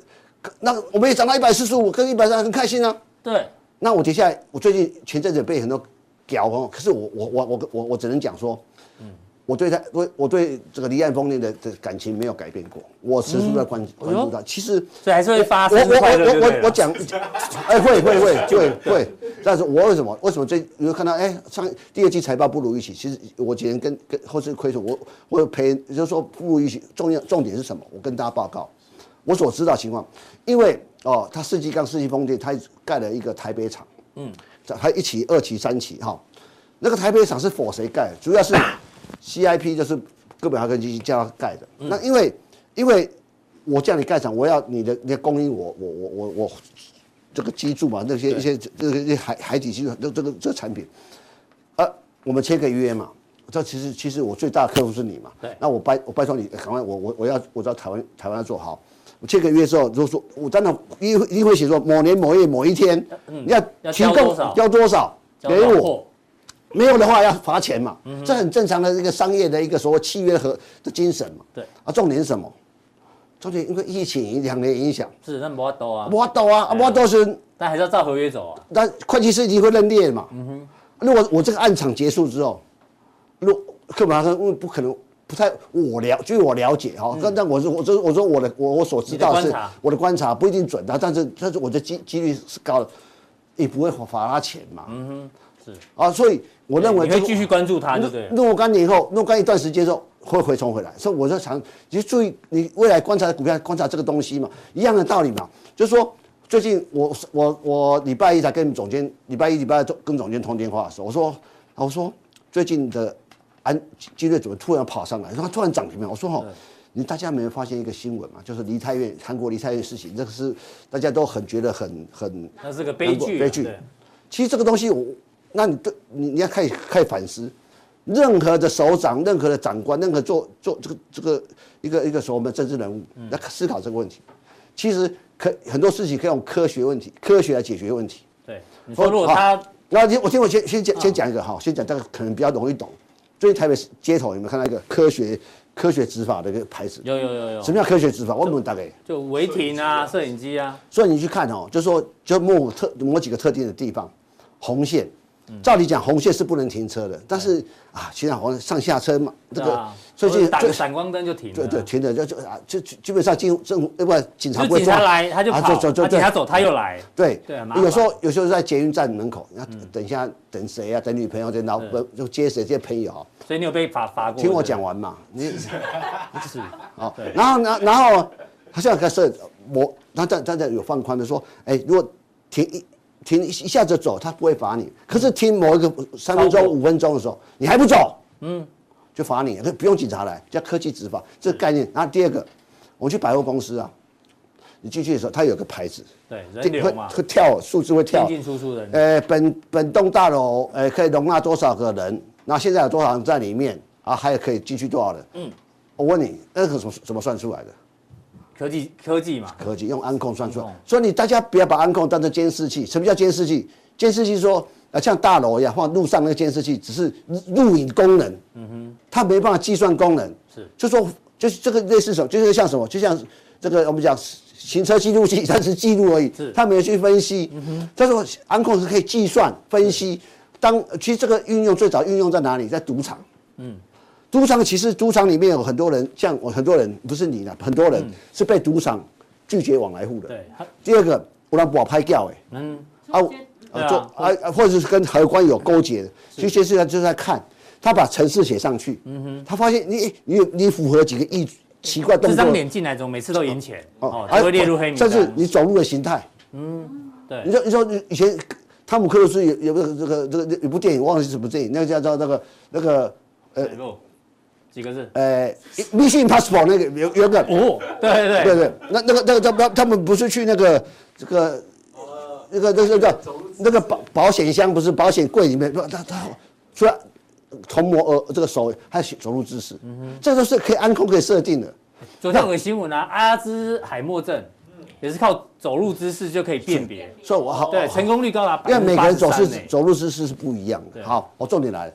[SPEAKER 4] 那我们也涨到一百四十五，跟一百三很开心啊。
[SPEAKER 1] 对，
[SPEAKER 4] 那我接下来，我最近前阵子被很多屌哦，可是我我我我我我只能讲说，
[SPEAKER 1] 嗯
[SPEAKER 4] 我对他我我对这个离岸风力的的感情没有改变过，我持续在
[SPEAKER 1] 嗯
[SPEAKER 4] 关
[SPEAKER 1] 哎
[SPEAKER 4] 关注他。其实
[SPEAKER 1] 所以还是会发
[SPEAKER 4] 我
[SPEAKER 1] 生
[SPEAKER 4] 我
[SPEAKER 1] 快乐，
[SPEAKER 4] 我
[SPEAKER 1] 对
[SPEAKER 4] 我
[SPEAKER 1] 不
[SPEAKER 4] 我
[SPEAKER 1] 对
[SPEAKER 4] 我讲，哎，会会
[SPEAKER 1] [LAUGHS]
[SPEAKER 4] 会会会，但是我为什么为什么最你会看到哎上第二季财报不如预期，其实我今天跟跟后市亏损，我我有赔，就是说不如预期，重要重点是什么？我跟大家报告，我所知道情况，因为哦，他世纪钢世纪风电，他盖了一个台北厂，嗯，他一期、二期、三期哈、那个台北厂是否谁盖的？主要是
[SPEAKER 1] 嗯
[SPEAKER 4] CIP 就是哥本哈根基金叫他盖的，那因为因为。我叫你盖厂，我要你的你的供应我，我我我我这个基柱嘛，那些一些这个一些海海底基柱，这这个这个产品，啊，我们签个约嘛。这其实其实我最大的客户是你嘛，
[SPEAKER 1] 对
[SPEAKER 4] 那我拜我拜托你，哎赶快我我我要我知道台湾台湾要做好，我签个约之后，如果说我当然一定会一定会写说某年某月某一天，
[SPEAKER 1] 嗯
[SPEAKER 4] 你要
[SPEAKER 1] 要
[SPEAKER 4] 提
[SPEAKER 1] 交多
[SPEAKER 4] 供
[SPEAKER 1] 少
[SPEAKER 4] 交多少
[SPEAKER 1] 交
[SPEAKER 4] 给
[SPEAKER 1] 到
[SPEAKER 4] 我，
[SPEAKER 1] 货嗯
[SPEAKER 4] 没有的话要罚钱嘛，这很正常的一个商业的一个所谓契约和的精神嘛。
[SPEAKER 1] 对
[SPEAKER 4] 啊，重点是什么？重点因为疫情两年影响，
[SPEAKER 1] 是那没多啊，
[SPEAKER 4] 我懂啊，我都是，
[SPEAKER 1] 但还是要照合约走啊。
[SPEAKER 4] 但会计师一定会认列嘛。如果我这个案场结束之后，如课本上因嗯为不可能。不太，我了，据我了解哈，但但我是我这我说我的我我所知道
[SPEAKER 1] 嗯你的
[SPEAKER 4] 是
[SPEAKER 1] 观察
[SPEAKER 4] 我的观察不一定准的，但是但是我的几几率是高的，也不会罚罚他钱嘛。
[SPEAKER 1] 嗯是，
[SPEAKER 4] 啊，所以我认为
[SPEAKER 1] 你会
[SPEAKER 4] 这个
[SPEAKER 1] 继续关注它，对不对了？
[SPEAKER 4] 若若干年后，若干一段时间之后会回冲回来，所以我在常你就注意你未来观察股票，观察这个东西嘛，一样的道理嘛，就是说。最近我我我礼拜一才跟总监，礼拜一礼拜二跟总监通电话的时候，我说我说最近的安基瑞怎么突然跑上来？说它突然涨停了。我说哦，你大家没有发现一个新闻嘛？就是梨泰院韩国梨泰院事情，这个是大家都很觉得很很
[SPEAKER 1] 那是个悲剧啊，
[SPEAKER 4] 悲剧
[SPEAKER 1] 对
[SPEAKER 4] 其实这个东西我，那你对你你要开始开始反思，任何的首长、任何的长官、任何做做这个这个一个一个所谓的政治人物，来思考这个问题。其实可很多事情可以用科学问题、科学来解决问题。
[SPEAKER 1] 对。你说如果它
[SPEAKER 4] 好然后你我听我先先讲先讲一个哈，先讲这个可能比较容易懂。最近台北市街头有没有看到一个科学科学执法的一个牌子？
[SPEAKER 1] 有有有有
[SPEAKER 4] 什，么叫科学执法？我问大概。
[SPEAKER 1] 就违停啊，摄影机啊，
[SPEAKER 4] 所以你去看哦，就说就某特某几个特定的地方，红线，照理讲红线是不能停车的，但是啊，现在好像上下车嘛，这
[SPEAKER 1] 对
[SPEAKER 4] 个
[SPEAKER 1] 啊
[SPEAKER 4] 最近
[SPEAKER 1] 或者打
[SPEAKER 4] 最
[SPEAKER 1] 个闪光灯就停了
[SPEAKER 4] 对
[SPEAKER 1] 啊。
[SPEAKER 4] 对，停的就就啊，就就基本上进政府，要不然警察
[SPEAKER 1] 就
[SPEAKER 4] 不会
[SPEAKER 1] 警察来他就
[SPEAKER 4] 啊
[SPEAKER 1] 跑，
[SPEAKER 4] 就就就
[SPEAKER 1] 他警察走他又来，
[SPEAKER 4] 对
[SPEAKER 1] 对啊很麻烦嗯
[SPEAKER 4] 有时候有时候在捷运站门口，要等一下等谁啊？等女朋友，等老不就接谁接朋友啊？
[SPEAKER 1] 所以你有被罚罚过。
[SPEAKER 4] 听我
[SPEAKER 1] 对
[SPEAKER 4] 讲
[SPEAKER 1] 不
[SPEAKER 4] 完嘛，你
[SPEAKER 1] 对，是
[SPEAKER 4] 哦
[SPEAKER 1] 对，
[SPEAKER 4] 然后然后然后他现在开始我，他但但但有放宽的说，哎，如果停一停一下子走，他不会罚你，可是停某一个三分钟
[SPEAKER 1] 超过
[SPEAKER 4] 五分钟的时候，你还不走，嗯，就罚你，不用警察来，叫科技执法这个概念。然后第二个，我去百货公司啊，你进去的时候，它有个牌子，
[SPEAKER 1] 对人流
[SPEAKER 4] 会
[SPEAKER 1] 嘛，
[SPEAKER 4] 会跳数字会
[SPEAKER 1] 进
[SPEAKER 4] 跳，
[SPEAKER 1] 进出出的人，
[SPEAKER 4] 呃，本本栋大楼呃可以容纳多少个人？那现在有多少人在里面啊？还有可以进去多少人？嗯，我问你，那个怎么怎么算出来的？
[SPEAKER 1] 科技科技嘛，
[SPEAKER 4] 科技用安控算出来
[SPEAKER 1] 安控，
[SPEAKER 4] 所以你大家不要把安控当成监视器。什么叫监视器？监视器说啊，像大楼一样放路上那个监视器，只是录影功能，嗯哼，它没办法计算功能，
[SPEAKER 1] 是
[SPEAKER 4] 就说就是这个类似什么，就是像什么，就像这个我们讲行车记录器，它是记录而已
[SPEAKER 1] 是，嗯
[SPEAKER 4] 它没有去分析。他说安控是可以计算分析，当其实这个运用最早运用在哪里？在赌场。
[SPEAKER 1] 嗯
[SPEAKER 4] 赌场其实赌场里面有很多人，像我很多人不是你啦，很多人是被赌场拒绝往来户
[SPEAKER 1] 嗯
[SPEAKER 4] 的。
[SPEAKER 1] 对，他
[SPEAKER 4] 第二个，我让我拍掉哎、
[SPEAKER 1] 嗯，
[SPEAKER 4] 啊
[SPEAKER 2] 中间
[SPEAKER 1] 对啊
[SPEAKER 4] 做啊啊，或者是跟荷官有勾结的，其实现在就在看，他把城市写上去，
[SPEAKER 1] 嗯
[SPEAKER 4] 他发现你你有你符合几个意奇怪
[SPEAKER 1] 这
[SPEAKER 4] 动
[SPEAKER 1] 张
[SPEAKER 4] 作，
[SPEAKER 1] 脸进来怎么每次都赢钱哦，
[SPEAKER 4] 还
[SPEAKER 1] 就会列入黑名
[SPEAKER 4] 甚
[SPEAKER 1] 单。嗯
[SPEAKER 4] 至你走路的形态，
[SPEAKER 1] 对，
[SPEAKER 4] 你说你说以前汤姆克鲁斯有有个这个这个有部电影忘了是什么电影，那个叫做那个那个
[SPEAKER 1] 呃，几个字？
[SPEAKER 4] 呃《Mission Impossible》那个有有一个
[SPEAKER 1] 哦，对对
[SPEAKER 4] 呃
[SPEAKER 1] 对，
[SPEAKER 4] 对对，那那个那个他们他们不是去那个这个那个那个那个那个保保险箱不是保险柜里面，不他他除了从摩呃这个手还有走路姿势，
[SPEAKER 1] 嗯
[SPEAKER 4] 这都是可以安控可以设定的。
[SPEAKER 1] 昨天有个新闻啊，阿兹海默症也是靠走路姿势就可以辨别，
[SPEAKER 4] 所以我好
[SPEAKER 1] 对，成功率高达百
[SPEAKER 4] 嗯
[SPEAKER 1] 分
[SPEAKER 4] 因为
[SPEAKER 1] 之
[SPEAKER 4] 每个
[SPEAKER 1] 八
[SPEAKER 4] 人
[SPEAKER 1] 十
[SPEAKER 4] 走
[SPEAKER 1] 三
[SPEAKER 4] 是
[SPEAKER 1] 呢。
[SPEAKER 4] 走路姿势是不一样
[SPEAKER 1] 对嗯
[SPEAKER 4] 的。好，我重点来了，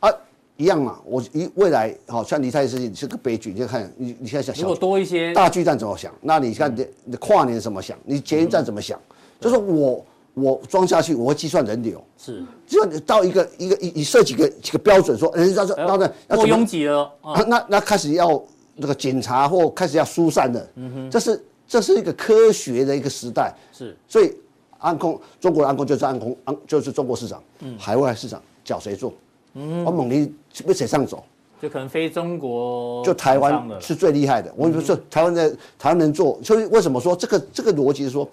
[SPEAKER 4] 啊，一样嘛，我一未来好像离开的事情是个悲剧，你就看你你现在想
[SPEAKER 1] 如
[SPEAKER 4] 想
[SPEAKER 1] 果。多一些，
[SPEAKER 4] 大巨蛋怎么想？那你看
[SPEAKER 1] 嗯
[SPEAKER 4] 你你跨年怎么想？你捷运站怎么想？就是我我装下去，我会计算人流，
[SPEAKER 1] 是
[SPEAKER 4] 计算到一个一个一你设几个几个标准，说人家说
[SPEAKER 1] 哎呦
[SPEAKER 4] 当然要
[SPEAKER 1] 过
[SPEAKER 4] 怎
[SPEAKER 1] 拥
[SPEAKER 4] 么
[SPEAKER 1] 挤了哦，
[SPEAKER 4] 啊， [LAUGHS] 那那开始要那个警察或开始要疏散了，
[SPEAKER 1] 嗯
[SPEAKER 4] 这是这是一个科学的一个时代，
[SPEAKER 1] 是
[SPEAKER 4] 所以安控中国的安控就是安控安就是中国市场，
[SPEAKER 1] 嗯
[SPEAKER 4] 海外市场脚谁做？我猛力被谁上走？
[SPEAKER 1] 就可能非中国
[SPEAKER 4] 就台
[SPEAKER 1] 厂商
[SPEAKER 4] 湾
[SPEAKER 1] 的了嗯
[SPEAKER 4] 是最厉害的。我跟你说，台湾的台湾能做，所以为什么说这个这个逻辑是说，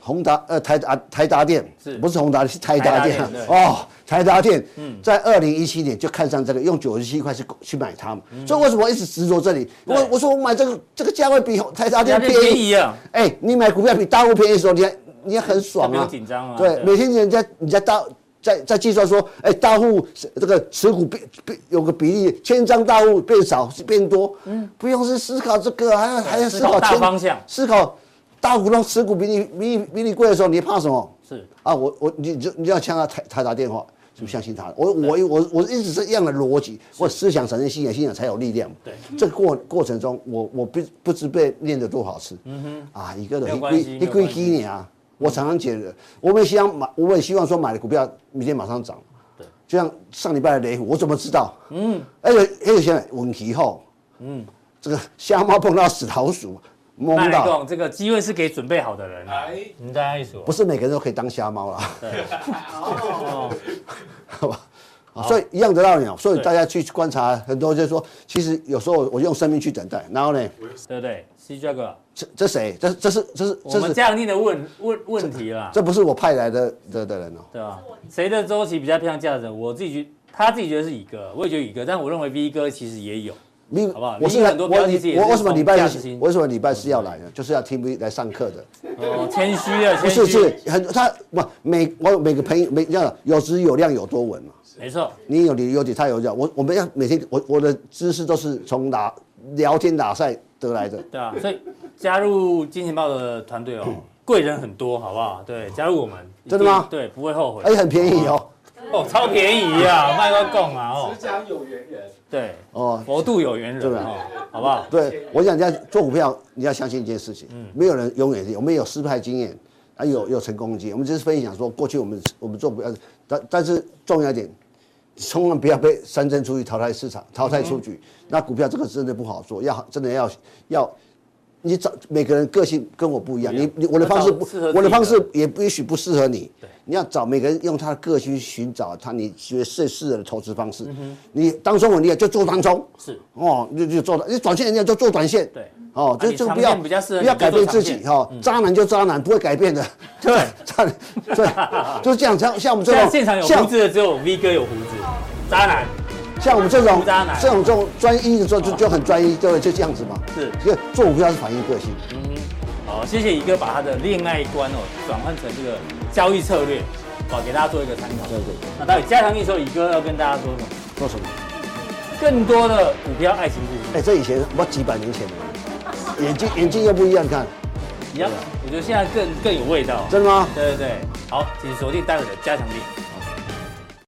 [SPEAKER 4] 宏达呃台达台达电
[SPEAKER 1] 是
[SPEAKER 4] 不是宏达是台达电
[SPEAKER 1] 台达电对嗯
[SPEAKER 4] 哦，台达电在二零一七年就看上这个，用九十七块去去买它嘛，所以为什么我一直执着这里？
[SPEAKER 1] 嗯对
[SPEAKER 4] 我我说我买这个这个价位比台达
[SPEAKER 1] 家
[SPEAKER 4] 电
[SPEAKER 1] 电
[SPEAKER 4] 便
[SPEAKER 1] 便
[SPEAKER 4] 宜，
[SPEAKER 1] 宜啊，
[SPEAKER 4] 哎，你买股票比大户便宜的时候，你还你还很爽
[SPEAKER 1] 不用
[SPEAKER 4] 啊，
[SPEAKER 1] 紧张啊，
[SPEAKER 4] 对，每天人家人家大在在计算说，哎，大户是这个持股变变有个比例，千张大户变少是变多，嗯，不用去思考这个，还要还要
[SPEAKER 1] 思
[SPEAKER 4] 思
[SPEAKER 1] 考
[SPEAKER 4] 考
[SPEAKER 1] 大
[SPEAKER 4] 千
[SPEAKER 1] 方向
[SPEAKER 4] 思考大股东持股比你比你比你贵的时候，你怕什么？
[SPEAKER 1] 是
[SPEAKER 4] 啊，我我你你就你要向他他他打电话，是不是相信他？我我我我一直是一样的逻辑，我思想产生信仰，信仰才有力量。
[SPEAKER 1] 对，
[SPEAKER 4] 这个过过程中，我我不不知被练得多少次。嗯哼，啊，一个
[SPEAKER 1] 没有
[SPEAKER 4] 人
[SPEAKER 1] 关系没
[SPEAKER 4] 一
[SPEAKER 1] 有
[SPEAKER 4] 归
[SPEAKER 1] 关系
[SPEAKER 4] 一年啊，我常常觉得，我们也希望买，我也希望说买的股票明天马上涨。
[SPEAKER 1] 对，
[SPEAKER 4] 就像上礼拜的雷虎，我怎么知道？嗯，而且而且现在问题后，嗯，这个瞎猫碰到死老鼠，懵
[SPEAKER 1] 那来
[SPEAKER 4] 到。
[SPEAKER 1] 讲，这个机会是给准备好的人啊。
[SPEAKER 6] 哎，
[SPEAKER 1] 你大家一说，
[SPEAKER 4] 不是每个人都可以当瞎猫啦。
[SPEAKER 1] 哦，
[SPEAKER 4] 好吧？啊所以一样的道理哦，所以大家去观察，很多就是说，其实有时候我用生命去等待，然后呢，
[SPEAKER 1] 对不对？C 这个，
[SPEAKER 4] 这这谁？这这是这是
[SPEAKER 1] 我
[SPEAKER 4] 这
[SPEAKER 1] 们
[SPEAKER 4] 是
[SPEAKER 1] 这样定的问问问题啦，
[SPEAKER 4] 这不是我派来的的的人哦，
[SPEAKER 1] 对吧？谁的周期比较偏向价值？我自己觉，他自己觉得是乙哥，我也觉得乙哥，但我认为 V 哥其实也有。
[SPEAKER 4] 你
[SPEAKER 1] 好不好
[SPEAKER 4] 我是
[SPEAKER 1] 你有
[SPEAKER 4] 来
[SPEAKER 1] 很多
[SPEAKER 4] 我
[SPEAKER 1] 标题自己也
[SPEAKER 4] 我
[SPEAKER 1] 是
[SPEAKER 4] 为什么
[SPEAKER 1] 从价
[SPEAKER 4] 礼拜
[SPEAKER 1] 值嗯型
[SPEAKER 4] 四为什么礼拜四要来呢？就是要听 V 来上课的，
[SPEAKER 1] 哦，谦虚啊，
[SPEAKER 4] 不
[SPEAKER 1] 谦虚，
[SPEAKER 4] 是是很他不每我每个朋友每这样有质有量有多稳嘛。
[SPEAKER 1] 没错，
[SPEAKER 4] 你有理有理，他有理。我我们要每天我我的知识都是从打聊天打赛得来的。
[SPEAKER 1] 对啊，所以加入金钱豹的团队哦，贵人很多，好不好？对，加入我们，
[SPEAKER 4] 嗯真的吗
[SPEAKER 1] 对，不会后悔
[SPEAKER 4] 而。且很便宜哦。
[SPEAKER 1] 哦，超便宜啊，卖个供啊，哦
[SPEAKER 6] 只，讲有缘人，
[SPEAKER 1] 对，
[SPEAKER 4] 哦，
[SPEAKER 1] 佛度有缘人
[SPEAKER 4] 对
[SPEAKER 1] 哦，好不好？
[SPEAKER 4] 对，我想这样做股票，你要相信一件事情，
[SPEAKER 1] 嗯
[SPEAKER 4] 没有人永远是，我们有失败经验，啊有有成功经验，我们只是分享说过去我们我们做股票，但但是重要一点，千万不要被三针出去淘汰市
[SPEAKER 1] 嗯
[SPEAKER 4] 场淘汰出局。那股票这个真的不好做，要真的要要。你找每个人个性跟我不一样，
[SPEAKER 1] 不一
[SPEAKER 4] 你
[SPEAKER 1] 样
[SPEAKER 4] 你我的方式不
[SPEAKER 1] 要找适合自己，的
[SPEAKER 4] 我的方式也不也许不适合你。你要找每个人用他的个性去寻找他你觉得最适合的投资方式。
[SPEAKER 1] 嗯
[SPEAKER 4] 你当中很厉害就做当中，
[SPEAKER 1] 是
[SPEAKER 4] 哦，就就做短，你短线人家就做短线，
[SPEAKER 1] 对啊
[SPEAKER 4] 哦，就
[SPEAKER 1] 你
[SPEAKER 4] 就
[SPEAKER 1] 长
[SPEAKER 4] 不要
[SPEAKER 1] 线比较适合
[SPEAKER 4] 不要
[SPEAKER 1] 你就
[SPEAKER 4] 改
[SPEAKER 1] 做
[SPEAKER 4] 变
[SPEAKER 1] 长
[SPEAKER 4] 自己
[SPEAKER 1] 线嗯
[SPEAKER 4] 哈，渣男就渣男，不会
[SPEAKER 1] [LAUGHS]
[SPEAKER 4] 改变的，对， [LAUGHS] 渣男对，就是这样，像像我们这
[SPEAKER 1] 现在
[SPEAKER 4] 种
[SPEAKER 1] 现场有胡
[SPEAKER 4] 像
[SPEAKER 1] 子的只有 V 哥有胡子，渣男
[SPEAKER 4] 像我们这种
[SPEAKER 1] 胡渣男啊
[SPEAKER 4] 这种这种专一的做就就很专一，对不对？就这样子嘛，
[SPEAKER 1] 是嗯
[SPEAKER 4] 所以做股票是反映个性，
[SPEAKER 1] 好，谢谢一哥把他的恋爱观哦转换成这个交易策略，好给大家做一个参考。
[SPEAKER 4] 对对对，
[SPEAKER 1] 那到底加强一手，一哥要跟大家说什么？
[SPEAKER 4] 做什么？
[SPEAKER 1] 更多的股票爱情故事。
[SPEAKER 4] 哎，这以前我几百年前的，眼睛眼睛又不一样，你看，啊
[SPEAKER 1] 一样，我觉得现在更更有味道。
[SPEAKER 4] 真的吗？
[SPEAKER 1] 对对对，好，请锁定待会的加强力。